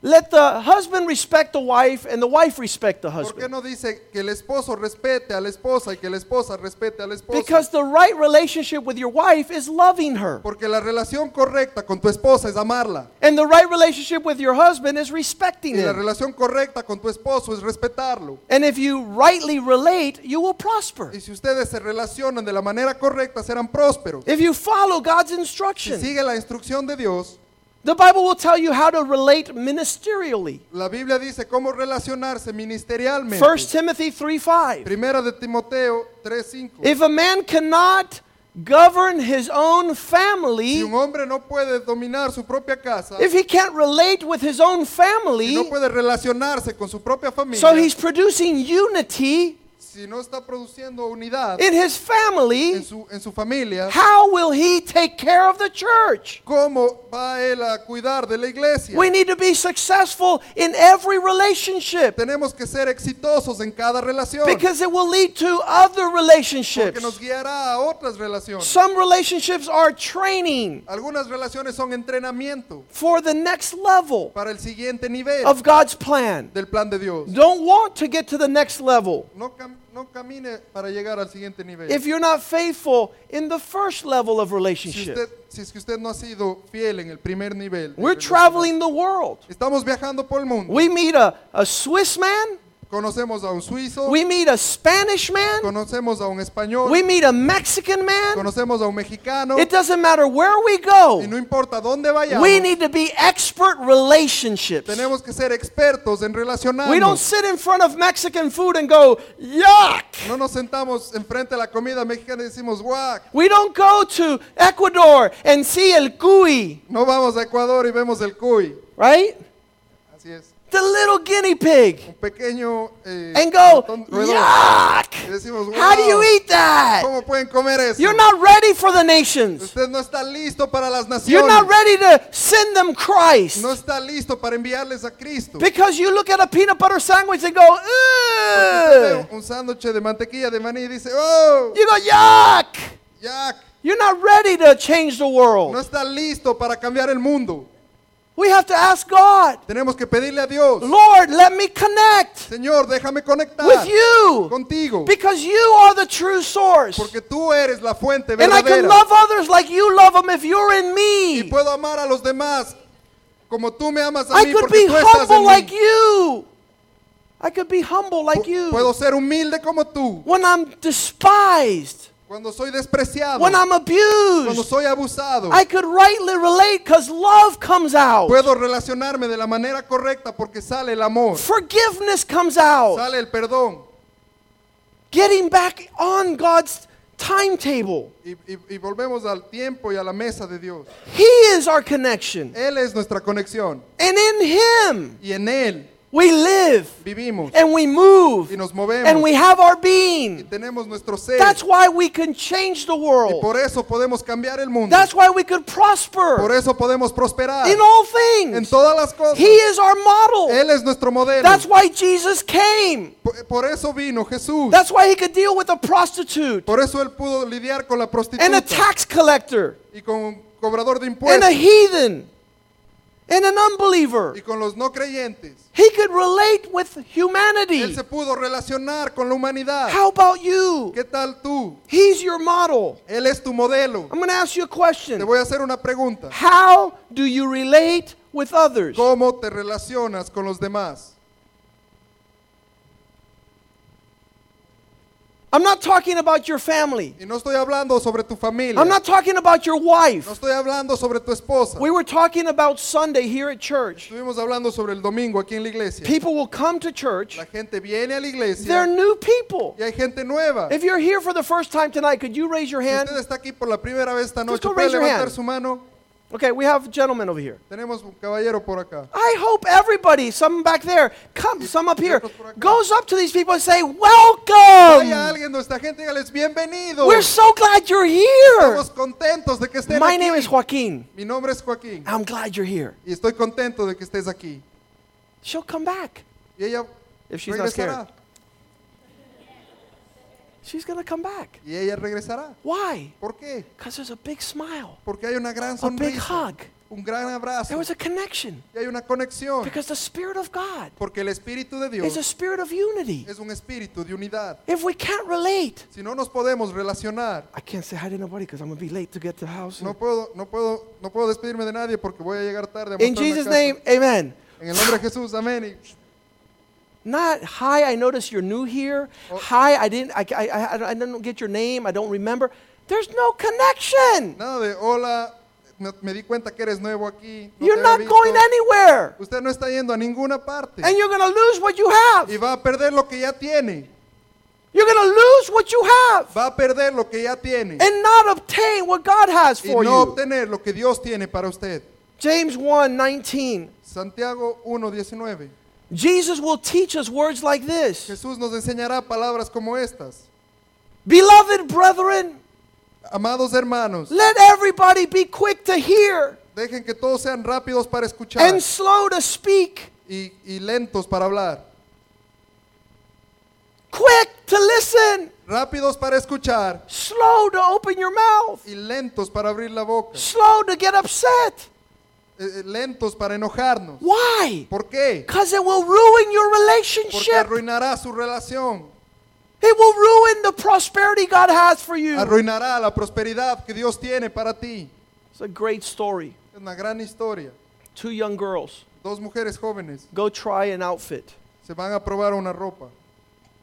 [SPEAKER 4] let the husband respect the wife and the wife respect the
[SPEAKER 3] ¿Por qué
[SPEAKER 4] husband?
[SPEAKER 3] no dice que el esposo respete a la esposa y que la esposa respete al esposo?
[SPEAKER 4] Because the right relationship with your wife is loving her.
[SPEAKER 3] Porque la relación correcta con tu esposa es amarla.
[SPEAKER 4] And the right relationship with your husband is respecting
[SPEAKER 3] Y la
[SPEAKER 4] him.
[SPEAKER 3] relación correcta con tu esposo es respetarlo.
[SPEAKER 4] And if you rightly relate, you will prosper.
[SPEAKER 3] Y si ustedes se relacionan de la manera correcta, serán prósperos.
[SPEAKER 4] If you follow God's
[SPEAKER 3] Si
[SPEAKER 4] instruction,
[SPEAKER 3] sigue la instrucción de Dios,
[SPEAKER 4] the Bible will tell you how to relate ministerially.
[SPEAKER 3] la Biblia dice cómo relacionarse ministerialmente.
[SPEAKER 4] 1 Timothy 3 5.
[SPEAKER 3] Primera de Timoteo 3:5.
[SPEAKER 4] If a man cannot govern his own family,
[SPEAKER 3] Si un hombre no puede dominar su propia casa,
[SPEAKER 4] if he can't relate with his own
[SPEAKER 3] si
[SPEAKER 4] family,
[SPEAKER 3] no puede relacionarse con su propia familia,
[SPEAKER 4] so he's producing unity
[SPEAKER 3] si no está produciendo unidad
[SPEAKER 4] in his
[SPEAKER 3] en
[SPEAKER 4] family,
[SPEAKER 3] su, en su familia,
[SPEAKER 4] how will he take care of the church?
[SPEAKER 3] ¿cómo va él a cuidar de la iglesia?
[SPEAKER 4] We need to be successful in every relationship
[SPEAKER 3] Tenemos que ser exitosos en cada relación,
[SPEAKER 4] because it will lead to other
[SPEAKER 3] porque nos
[SPEAKER 4] relationships.
[SPEAKER 3] guiará a otras relaciones.
[SPEAKER 4] Some relationships are training
[SPEAKER 3] Algunas relaciones son entrenamiento
[SPEAKER 4] for the next level
[SPEAKER 3] para el siguiente nivel
[SPEAKER 4] of God's plan.
[SPEAKER 3] del plan de Dios.
[SPEAKER 4] Don't want to get to the next level.
[SPEAKER 3] No, cam- no camine para llegar al siguiente nivel.
[SPEAKER 4] if you're not faithful in the first level of
[SPEAKER 3] si,
[SPEAKER 4] relationship.
[SPEAKER 3] usted, si es que usted no ha sido fiel en el primer nivel, de
[SPEAKER 4] We're
[SPEAKER 3] relacionamiento.
[SPEAKER 4] traveling the world.
[SPEAKER 3] estamos viajando por el mundo.
[SPEAKER 4] We meet a, a Swiss man,
[SPEAKER 3] Conocemos a un suizo,
[SPEAKER 4] we meet a Spanish man,
[SPEAKER 3] conocemos a un español,
[SPEAKER 4] we meet a Mexican man.
[SPEAKER 3] conocemos a un mexicano,
[SPEAKER 4] It doesn't matter where we
[SPEAKER 3] y no
[SPEAKER 4] go,
[SPEAKER 3] importa dónde vayamos,
[SPEAKER 4] we need to be expert relationships.
[SPEAKER 3] tenemos que ser expertos en relacionarnos.
[SPEAKER 4] We don't sit in front of Mexican food and go, yuck!
[SPEAKER 3] no nos sentamos enfrente a la comida mexicana y decimos, guau,
[SPEAKER 4] We don't go to Ecuador and see el cuy,
[SPEAKER 3] no vamos a Ecuador y vemos el cuy.
[SPEAKER 4] right?
[SPEAKER 3] Así es.
[SPEAKER 4] The little guinea pig.
[SPEAKER 3] Un pequeño... eh,
[SPEAKER 4] and go,
[SPEAKER 3] ratón roedor. Y decimos,
[SPEAKER 4] yuck! How do you
[SPEAKER 3] "Wow,
[SPEAKER 4] eat that?
[SPEAKER 3] ¿Cómo pueden comer eso?
[SPEAKER 4] Eh, You're not ready for the nations.
[SPEAKER 3] Usted no está listo para las
[SPEAKER 4] You're
[SPEAKER 3] naciones.
[SPEAKER 4] not ready to send them Christ.
[SPEAKER 3] No está listo para enviarles a Cristo.
[SPEAKER 4] Because you look at a peanut butter sandwich and go,
[SPEAKER 3] Usted ve
[SPEAKER 4] ugh!
[SPEAKER 3] Un sándwich de mantequilla de maní y dice, oh,
[SPEAKER 4] You go, yuck!
[SPEAKER 3] Jack,
[SPEAKER 4] You're not ready to change the
[SPEAKER 3] no
[SPEAKER 4] world.
[SPEAKER 3] está listo para cambiar el mundo.
[SPEAKER 4] We have to ask God,
[SPEAKER 3] Tenemos que pedirle a Dios,
[SPEAKER 4] Lord, let me connect
[SPEAKER 3] Señor, déjame conectar
[SPEAKER 4] with you
[SPEAKER 3] contigo,
[SPEAKER 4] because you are the true source.
[SPEAKER 3] porque tú eres la fuente
[SPEAKER 4] And I can
[SPEAKER 3] verdadera.
[SPEAKER 4] love others like you love them if you're in
[SPEAKER 3] Y
[SPEAKER 4] me.
[SPEAKER 3] puedo amar a los demás como tú me amas a
[SPEAKER 4] I
[SPEAKER 3] mí
[SPEAKER 4] could be
[SPEAKER 3] porque tú estás en
[SPEAKER 4] humble
[SPEAKER 3] mí.
[SPEAKER 4] like you. I could be humble like
[SPEAKER 3] Pu- Puedo
[SPEAKER 4] you.
[SPEAKER 3] ser humilde como tú
[SPEAKER 4] When I'm despised,
[SPEAKER 3] cuando soy despreciado,
[SPEAKER 4] when I'm
[SPEAKER 3] cuando
[SPEAKER 4] abused,
[SPEAKER 3] soy abusado.
[SPEAKER 4] I could rightly relate because love comes out.
[SPEAKER 3] Puedo relacionarme de la manera correcta porque sale el amor,
[SPEAKER 4] Forgiveness comes out.
[SPEAKER 3] sale el perdón
[SPEAKER 4] Getting back on God's timetable.
[SPEAKER 3] y, y- y volvemos al tiempo y a la mesa de Dios.
[SPEAKER 4] He is our connection.
[SPEAKER 3] Él es nuestra conexión
[SPEAKER 4] And in Him,
[SPEAKER 3] y en Él
[SPEAKER 4] we live
[SPEAKER 3] vivimos
[SPEAKER 4] and we move
[SPEAKER 3] y nos
[SPEAKER 4] and
[SPEAKER 3] movemos
[SPEAKER 4] we have our
[SPEAKER 3] y
[SPEAKER 4] being.
[SPEAKER 3] tenemos nuestro ser.
[SPEAKER 4] That's why we can change the
[SPEAKER 3] Y
[SPEAKER 4] world.
[SPEAKER 3] por eso podemos cambiar el mundo.
[SPEAKER 4] That's why we could
[SPEAKER 3] Por
[SPEAKER 4] prosper
[SPEAKER 3] eso podemos prosperar
[SPEAKER 4] in all
[SPEAKER 3] en
[SPEAKER 4] things.
[SPEAKER 3] todas las cosas.
[SPEAKER 4] He is our model.
[SPEAKER 3] Él es nuestro modelo.
[SPEAKER 4] That's why Jesus came.
[SPEAKER 3] Por, por eso vino Jesús.
[SPEAKER 4] That's why he could deal with a prostitute
[SPEAKER 3] Por eso él pudo lidiar con la
[SPEAKER 4] and a
[SPEAKER 3] prostituta
[SPEAKER 4] tax collector
[SPEAKER 3] y con un cobrador de
[SPEAKER 4] and a
[SPEAKER 3] impuestos
[SPEAKER 4] heathen and an unbeliever.
[SPEAKER 3] y con los no creyentes.
[SPEAKER 4] He could relate with
[SPEAKER 3] Él
[SPEAKER 4] humanity.
[SPEAKER 3] se pudo relacionar con la humanidad.
[SPEAKER 4] How about you?
[SPEAKER 3] ¿Qué tal tú?
[SPEAKER 4] He's your model.
[SPEAKER 3] Él es tu modelo.
[SPEAKER 4] I'm going to ask you a
[SPEAKER 3] Te
[SPEAKER 4] question.
[SPEAKER 3] voy a hacer una pregunta.
[SPEAKER 4] How do you relate with others?
[SPEAKER 3] ¿Cómo te relacionas con los demás?
[SPEAKER 4] I'm not talking about your family.
[SPEAKER 3] Y no estoy hablando sobre tu familia.
[SPEAKER 4] I'm not talking about your wife.
[SPEAKER 3] No estoy hablando sobre tu esposa.
[SPEAKER 4] We were talking about Sunday here at church.
[SPEAKER 3] Estuvimos hablando sobre el domingo aquí en la iglesia.
[SPEAKER 4] People will come to church.
[SPEAKER 3] La gente viene a la
[SPEAKER 4] They're
[SPEAKER 3] iglesia
[SPEAKER 4] new people.
[SPEAKER 3] y hay gente nueva.
[SPEAKER 4] If you're here for the first time tonight, could you raise your
[SPEAKER 3] Si
[SPEAKER 4] hand?
[SPEAKER 3] usted está aquí por la primera vez esta noche,
[SPEAKER 4] go
[SPEAKER 3] puede
[SPEAKER 4] raise your
[SPEAKER 3] levantar
[SPEAKER 4] hand.
[SPEAKER 3] su mano.
[SPEAKER 4] Okay, we have gentlemen over here.
[SPEAKER 3] Tenemos un caballero por acá.
[SPEAKER 4] I hope everybody, some back there, come, some up here,
[SPEAKER 3] otros por acá.
[SPEAKER 4] goes up to these people and
[SPEAKER 3] Hay
[SPEAKER 4] say,
[SPEAKER 3] a
[SPEAKER 4] "Welcome.
[SPEAKER 3] alguien de esta gente, dígales bienvenido.
[SPEAKER 4] Um, We're so glad you're here.
[SPEAKER 3] Estamos contentos de que estén
[SPEAKER 4] My
[SPEAKER 3] aquí.
[SPEAKER 4] name is Joaquin.
[SPEAKER 3] Mi nombre es Joaquín
[SPEAKER 4] I'm glad you're here."
[SPEAKER 3] y estoy contento de que estés aquí.
[SPEAKER 4] She'll come back.
[SPEAKER 3] Y ella
[SPEAKER 4] If she's not
[SPEAKER 3] regresará.
[SPEAKER 4] She's going to come back.
[SPEAKER 3] Y ella regresará.
[SPEAKER 4] Why?
[SPEAKER 3] ¿Por qué?
[SPEAKER 4] Because there's a big smile,
[SPEAKER 3] Porque hay una gran
[SPEAKER 4] a big
[SPEAKER 3] sonrisa,
[SPEAKER 4] hug.
[SPEAKER 3] un gran abrazo
[SPEAKER 4] There was a connection
[SPEAKER 3] y hay una conexión.
[SPEAKER 4] because the Spirit of God
[SPEAKER 3] Porque el Espíritu de
[SPEAKER 4] is a
[SPEAKER 3] Dios
[SPEAKER 4] spirit of unity.
[SPEAKER 3] es un espíritu de unidad.
[SPEAKER 4] If we can't relate,
[SPEAKER 3] Si no nos podemos relacionar,
[SPEAKER 4] I can't say hi to nobody because I'm going to be late to get to the house.
[SPEAKER 3] no puedo, no puedo, no puedo despedirme de nadie porque voy a llegar tarde. A
[SPEAKER 4] In
[SPEAKER 3] montarme a
[SPEAKER 4] Jesus'
[SPEAKER 3] casa.
[SPEAKER 4] name, amen.
[SPEAKER 3] En el nombre de Jesús, amén. Y-
[SPEAKER 4] Not hi. I notice you're new here.
[SPEAKER 3] Oh.
[SPEAKER 4] Hi. I didn't. I, I, I, I don't- I don't get your name. I don't remember. There's no connection.
[SPEAKER 3] Nada de hola, me, me di cuenta que eres nuevo aquí. no
[SPEAKER 4] you're
[SPEAKER 3] te había
[SPEAKER 4] not
[SPEAKER 3] visto".
[SPEAKER 4] going anywhere,
[SPEAKER 3] Usted no está yendo a ninguna parte
[SPEAKER 4] and you're going to lose what you
[SPEAKER 3] y
[SPEAKER 4] have.
[SPEAKER 3] va a perder lo que ya tiene.
[SPEAKER 4] You're going to lose what you have,
[SPEAKER 3] Va a perder lo que ya tiene
[SPEAKER 4] and not obtain what God has
[SPEAKER 3] y
[SPEAKER 4] for
[SPEAKER 3] no
[SPEAKER 4] you.
[SPEAKER 3] obtener lo que Dios tiene para usted.
[SPEAKER 4] James 1 19.
[SPEAKER 3] Santiago 1:19.
[SPEAKER 4] Jesus will teach us words like this
[SPEAKER 3] Jesús nos enseñará palabras como estas.
[SPEAKER 4] Beloved brethren,
[SPEAKER 3] Amados hermanos,
[SPEAKER 4] let everybody be quick to hear
[SPEAKER 3] dejen que todos sean rápidos para escuchar
[SPEAKER 4] and slow to speak,
[SPEAKER 3] y, y lentos para hablar.
[SPEAKER 4] quick to listen,
[SPEAKER 3] Rápidos para escuchar
[SPEAKER 4] slow to open your mouth,
[SPEAKER 3] y lentos para abrir la boca.
[SPEAKER 4] slow to get upset.
[SPEAKER 3] Eh, eh, lentos para enojarnos.
[SPEAKER 4] Why?
[SPEAKER 3] ¿Por qué?
[SPEAKER 4] Because it will ruin your
[SPEAKER 3] Porque
[SPEAKER 4] relationship.
[SPEAKER 3] arruinará su relación.
[SPEAKER 4] It will ruin the prosperity God has for you.
[SPEAKER 3] Arruinará la prosperidad que Dios tiene para ti.
[SPEAKER 4] It's a great story.
[SPEAKER 3] Es una gran historia.
[SPEAKER 4] Two young girls
[SPEAKER 3] Dos mujeres jóvenes
[SPEAKER 4] go try an outfit.
[SPEAKER 3] se van a probar una ropa.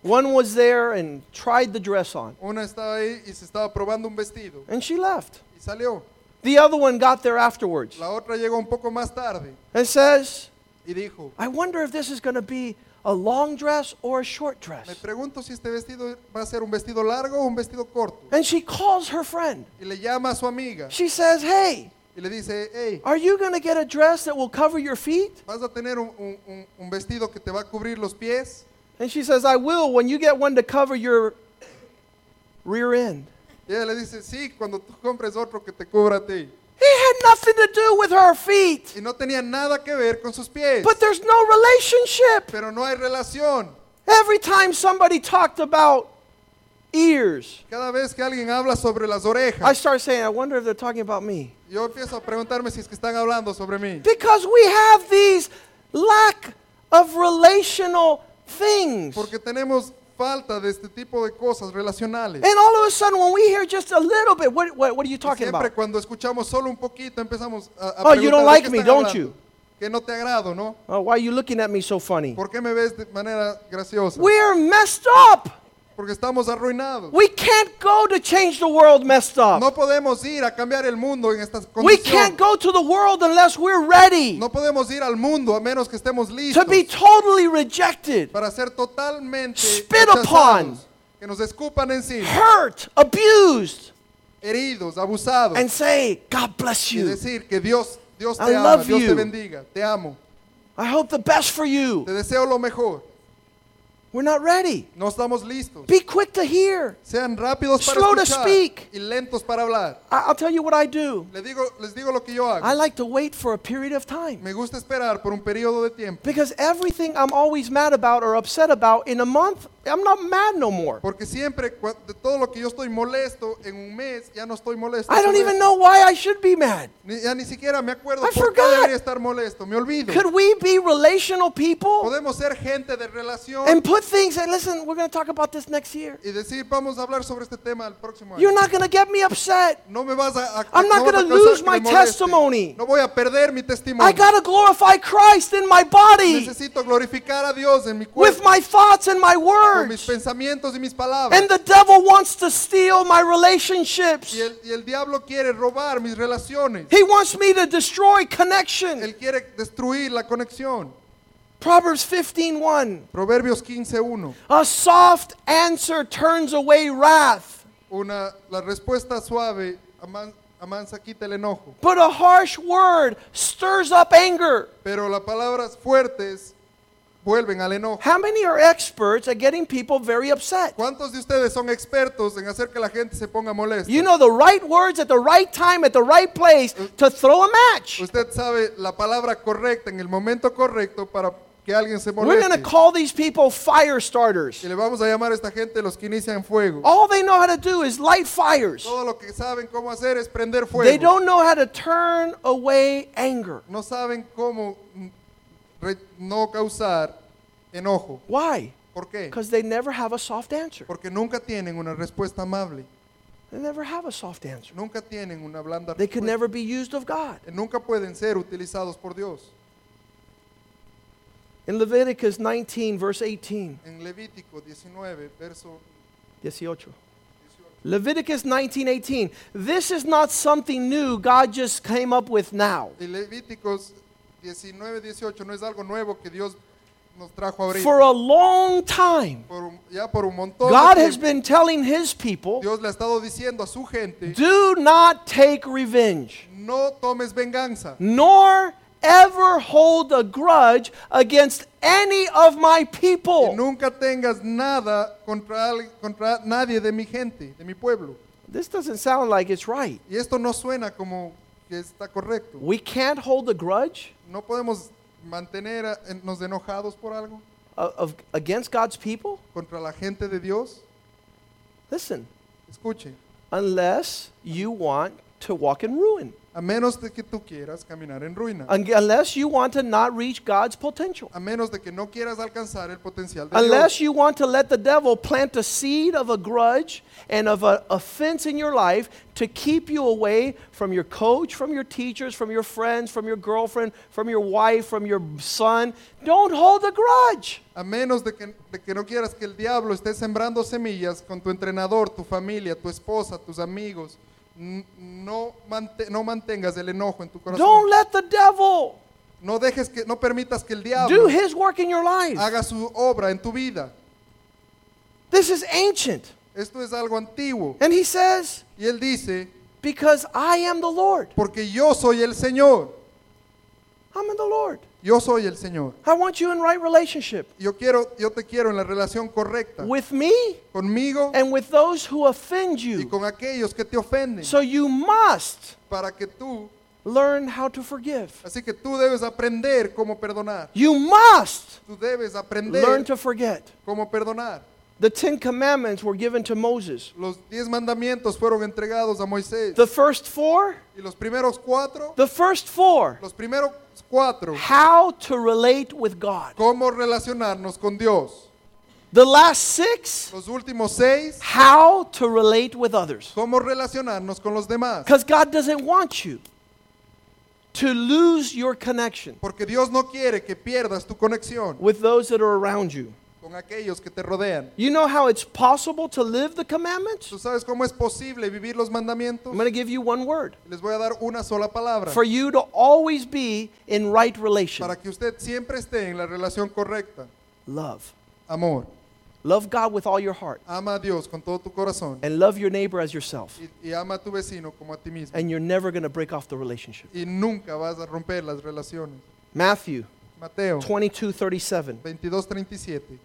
[SPEAKER 4] One was there and tried the dress on,
[SPEAKER 3] Una estaba ahí y se estaba probando un vestido
[SPEAKER 4] and she left.
[SPEAKER 3] y salió.
[SPEAKER 4] The other one got there afterwards
[SPEAKER 3] La otra llegó un poco más tarde
[SPEAKER 4] and says,
[SPEAKER 3] y dijo,
[SPEAKER 4] I wonder if this is going to be a long dress or a short
[SPEAKER 3] me
[SPEAKER 4] dress.
[SPEAKER 3] pregunto si este vestido va a ser un vestido largo o un vestido corto.
[SPEAKER 4] And she calls her friend.
[SPEAKER 3] Y le llama a su amiga
[SPEAKER 4] She says, Hey,
[SPEAKER 3] y le dice, hey,
[SPEAKER 4] are you going to get a dress that will cover your feet?
[SPEAKER 3] ¿vas a tener un, un- un- un vestido que te va a cubrir los pies?
[SPEAKER 4] And she says, I will when you get one to cover your rear end.
[SPEAKER 3] Y ella le dice, sí, cuando tú compres otro que te cubra a ti.
[SPEAKER 4] It had nothing to do with her feet.
[SPEAKER 3] Y no tenía nada que ver con sus pies.
[SPEAKER 4] But there's no relationship.
[SPEAKER 3] Pero no hay relación.
[SPEAKER 4] Every time somebody talked about ears,
[SPEAKER 3] Cada vez que alguien habla sobre las
[SPEAKER 4] I
[SPEAKER 3] orejas,
[SPEAKER 4] start saying, I wonder if they're talking about me.
[SPEAKER 3] Yo empiezo a preguntarme si es que están hablando sobre mí.
[SPEAKER 4] Because we have these lack of relational things.
[SPEAKER 3] Porque tenemos falta de este tipo de cosas relacionales.
[SPEAKER 4] And all of a sudden, when we hear just a little bit, what, what, what are you talking
[SPEAKER 3] Siempre
[SPEAKER 4] about?
[SPEAKER 3] cuando escuchamos solo un poquito empezamos a, a
[SPEAKER 4] Oh, you don't
[SPEAKER 3] preguntar, "¿De
[SPEAKER 4] like
[SPEAKER 3] qué
[SPEAKER 4] me,
[SPEAKER 3] están
[SPEAKER 4] don't
[SPEAKER 3] hablando?
[SPEAKER 4] you?"
[SPEAKER 3] Que no te agrado, ¿no?
[SPEAKER 4] Oh, why are you looking at me so funny?
[SPEAKER 3] ¿Por qué me ves de manera graciosa?
[SPEAKER 4] We're messed up.
[SPEAKER 3] Porque estamos arruinados.
[SPEAKER 4] We can't go to change the world messed up.
[SPEAKER 3] No podemos ir a cambiar el mundo en estas
[SPEAKER 4] We can't
[SPEAKER 3] condiciones.
[SPEAKER 4] go to the world unless we're ready
[SPEAKER 3] No podemos ir al mundo a menos que estemos listos
[SPEAKER 4] to be totally rejected,
[SPEAKER 3] para ser totalmente
[SPEAKER 4] Spit
[SPEAKER 3] rechazados,
[SPEAKER 4] upon.
[SPEAKER 3] que nos escupan encima,
[SPEAKER 4] hurt, abused,
[SPEAKER 3] heridos, abusados
[SPEAKER 4] and say, God bless
[SPEAKER 3] y
[SPEAKER 4] you.
[SPEAKER 3] decir que Dios Dios
[SPEAKER 4] I
[SPEAKER 3] te ama,
[SPEAKER 4] love
[SPEAKER 3] Dios
[SPEAKER 4] you.
[SPEAKER 3] te bendiga, te amo,
[SPEAKER 4] I hope the best for you.
[SPEAKER 3] te deseo lo mejor.
[SPEAKER 4] We're not ready.
[SPEAKER 3] No estamos listos.
[SPEAKER 4] Be quick to hear.
[SPEAKER 3] Sean rápidos para
[SPEAKER 4] Slow to
[SPEAKER 3] escuchar
[SPEAKER 4] speak.
[SPEAKER 3] y lentos para hablar.
[SPEAKER 4] I- I'll tell you what I do.
[SPEAKER 3] Les digo, les digo lo que yo hago.
[SPEAKER 4] I like to wait for a period of time.
[SPEAKER 3] Me gusta esperar por un periodo de tiempo.
[SPEAKER 4] Because everything I'm always mad about or upset about in a month, I'm not mad no more.
[SPEAKER 3] Porque siempre, cua- de todo lo que yo estoy molesto en un mes, ya no estoy molesto.
[SPEAKER 4] I don't
[SPEAKER 3] sobre
[SPEAKER 4] even
[SPEAKER 3] eso.
[SPEAKER 4] know why I should be mad.
[SPEAKER 3] Ni- ya ni siquiera me acuerdo por
[SPEAKER 4] I
[SPEAKER 3] qué
[SPEAKER 4] forgot.
[SPEAKER 3] debería estar molesto. Me olvido.
[SPEAKER 4] Could we be relational people
[SPEAKER 3] Podemos ser gente de relación
[SPEAKER 4] and put things and listen, we're going to talk about this next year.
[SPEAKER 3] y decir, vamos a hablar sobre este tema el próximo año.
[SPEAKER 4] You're not going to get me upset.
[SPEAKER 3] no me vas a, a-
[SPEAKER 4] I'm
[SPEAKER 3] no
[SPEAKER 4] not
[SPEAKER 3] vas a causar
[SPEAKER 4] gonna lose
[SPEAKER 3] que me
[SPEAKER 4] my
[SPEAKER 3] moleste.
[SPEAKER 4] testimony.
[SPEAKER 3] No voy a perder mi testimonio.
[SPEAKER 4] I got to glorify Christ in my body
[SPEAKER 3] Necesito glorificar a Dios en mi
[SPEAKER 4] with
[SPEAKER 3] cuerpo,
[SPEAKER 4] my thoughts and my
[SPEAKER 3] con mis
[SPEAKER 4] words.
[SPEAKER 3] pensamientos y mis palabras.
[SPEAKER 4] And the devil wants to steal my relationships.
[SPEAKER 3] Y el, y el diablo quiere robar mis relaciones.
[SPEAKER 4] He wants me to destroy connection.
[SPEAKER 3] Él quiere destruir la conexión.
[SPEAKER 4] Proverbs 15:1.
[SPEAKER 3] Proverbios 15.1.
[SPEAKER 4] A soft answer turns away wrath,
[SPEAKER 3] Una, la respuesta suave aman- amansa quita el enojo.
[SPEAKER 4] but a harsh word stirs up anger.
[SPEAKER 3] Pero las palabras fuertes vuelven al enojo.
[SPEAKER 4] How many are experts at getting people very upset?
[SPEAKER 3] ¿Cuántos de ustedes son expertos en hacer que la gente se ponga molesta?
[SPEAKER 4] You know the right words at the right time, at the right place to throw a match.
[SPEAKER 3] Usted sabe la palabra correcta en el momento correcto para que alguien se
[SPEAKER 4] We're going
[SPEAKER 3] moleste.
[SPEAKER 4] to call these people fire starters.
[SPEAKER 3] Y le vamos a llamar a esta gente los que inician fuego.
[SPEAKER 4] All they know how to do is light fires.
[SPEAKER 3] Todo lo que saben cómo hacer es prender fuego.
[SPEAKER 4] They don't know how to turn away anger.
[SPEAKER 3] no saben cómo mm, re- no causar enojo.
[SPEAKER 4] Why?
[SPEAKER 3] ¿Por qué?
[SPEAKER 4] Because they never have a soft answer.
[SPEAKER 3] Porque nunca tienen una respuesta amable,
[SPEAKER 4] They never have a soft answer.
[SPEAKER 3] nunca tienen una blanda
[SPEAKER 4] They could
[SPEAKER 3] respuesta. Eh,
[SPEAKER 4] never be used of God.
[SPEAKER 3] Nunca pueden ser utilizados por Dios.
[SPEAKER 4] In Leviticus 19, verse 18.
[SPEAKER 3] En Levítico 19, verso
[SPEAKER 4] 18. Leviticus 19, 18. This is not something new God just came up with now.
[SPEAKER 3] y Levíticos 19, 18 no es algo nuevo que Dios nos trajo ahorita.
[SPEAKER 4] For a long time,
[SPEAKER 3] Por un- ya por un montón
[SPEAKER 4] God
[SPEAKER 3] de
[SPEAKER 4] has
[SPEAKER 3] tiempo,
[SPEAKER 4] been telling his people,
[SPEAKER 3] Dios le ha estado diciendo a su gente,
[SPEAKER 4] do not take revenge.
[SPEAKER 3] no tomes venganza.
[SPEAKER 4] nor ever hold a grudge against any of my
[SPEAKER 3] Y
[SPEAKER 4] people.
[SPEAKER 3] nunca tengas nada contra, al- contra nadie de mi gente, de mi pueblo.
[SPEAKER 4] This doesn't sound like it's right.
[SPEAKER 3] Y esto no suena como que está correcto.
[SPEAKER 4] We can't hold a grudge
[SPEAKER 3] No podemos mantenernos enojados por algo
[SPEAKER 4] of, uh, of- against God's people.
[SPEAKER 3] contra la gente de Dios.
[SPEAKER 4] Listen,
[SPEAKER 3] Escuchen,
[SPEAKER 4] unless you want to walk in ruin,
[SPEAKER 3] a menos de que tú quieras caminar en ruina,
[SPEAKER 4] un- unless you want to not reach God's potential,
[SPEAKER 3] a menos de que no quieras alcanzar el potencial de
[SPEAKER 4] unless
[SPEAKER 3] Dios,
[SPEAKER 4] you want to let the devil plant a seed of a grudge and of an offense in your life to keep you away from your coach, from your teachers, from your friends, from your girlfriend, from your wife, from your son. Don't hold a grudge.
[SPEAKER 3] a menos de que, de que no quieras que el diablo esté sembrando semillas con tu entrenador, tu familia, tu esposa, tus amigos. N- No, mante- no mantengas el enojo en tu corazón.
[SPEAKER 4] Don't let the devil
[SPEAKER 3] No dejes que, no permitas que el
[SPEAKER 4] do
[SPEAKER 3] diablo
[SPEAKER 4] his work in your life.
[SPEAKER 3] haga su obra en tu vida.
[SPEAKER 4] This is ancient.
[SPEAKER 3] Esto es algo antiguo.
[SPEAKER 4] And he says,
[SPEAKER 3] Y él dice,
[SPEAKER 4] Because I am the Lord.
[SPEAKER 3] porque yo soy el Señor.
[SPEAKER 4] I'm in the Lord.
[SPEAKER 3] Yo soy el Señor.
[SPEAKER 4] I want you in right relationship
[SPEAKER 3] Yo quiero, yo te quiero en la relación correcta
[SPEAKER 4] with me
[SPEAKER 3] conmigo
[SPEAKER 4] and with those who offend
[SPEAKER 3] y
[SPEAKER 4] you.
[SPEAKER 3] con aquellos que te ofenden,
[SPEAKER 4] So you must
[SPEAKER 3] para que tú,
[SPEAKER 4] learn how to forgive.
[SPEAKER 3] así que tú debes aprender cómo perdonar.
[SPEAKER 4] You must
[SPEAKER 3] Tú debes
[SPEAKER 4] learn
[SPEAKER 3] aprender
[SPEAKER 4] to forget.
[SPEAKER 3] cómo perdonar.
[SPEAKER 4] The Ten Commandments were given to Moses.
[SPEAKER 3] Los diez mandamientos fueron entregados a Moisés.
[SPEAKER 4] The first four,
[SPEAKER 3] Y los primeros cuatro,
[SPEAKER 4] the first four,
[SPEAKER 3] los primeros cuatro,
[SPEAKER 4] how to relate with God.
[SPEAKER 3] cómo relacionarnos con Dios.
[SPEAKER 4] The last six,
[SPEAKER 3] Los últimos seis,
[SPEAKER 4] how to relate with others.
[SPEAKER 3] cómo relacionarnos con los demás.
[SPEAKER 4] Because God doesn't want you to lose your connection
[SPEAKER 3] Porque Dios no quiere que pierdas tu conexión
[SPEAKER 4] with those that are around you.
[SPEAKER 3] con aquellos que te rodean.
[SPEAKER 4] You know how it's possible to live the commandments?
[SPEAKER 3] ¿Tú sabes cómo es posible vivir los mandamientos?
[SPEAKER 4] I'm going to give you one word
[SPEAKER 3] Les voy a dar una sola palabra
[SPEAKER 4] for you to always be in right relation
[SPEAKER 3] para que usted siempre esté en la relación correcta.
[SPEAKER 4] love.
[SPEAKER 3] Amor,
[SPEAKER 4] Love God with all your heart
[SPEAKER 3] ama a Dios con todo tu corazón
[SPEAKER 4] and love your neighbor as yourself.
[SPEAKER 3] y, y ama a tu vecino como a ti mismo.
[SPEAKER 4] And you're never going to break off the relationship.
[SPEAKER 3] Y nunca vas a romper las relaciones.
[SPEAKER 4] Matthew
[SPEAKER 3] Mateo
[SPEAKER 4] 22 37.
[SPEAKER 3] 22:37.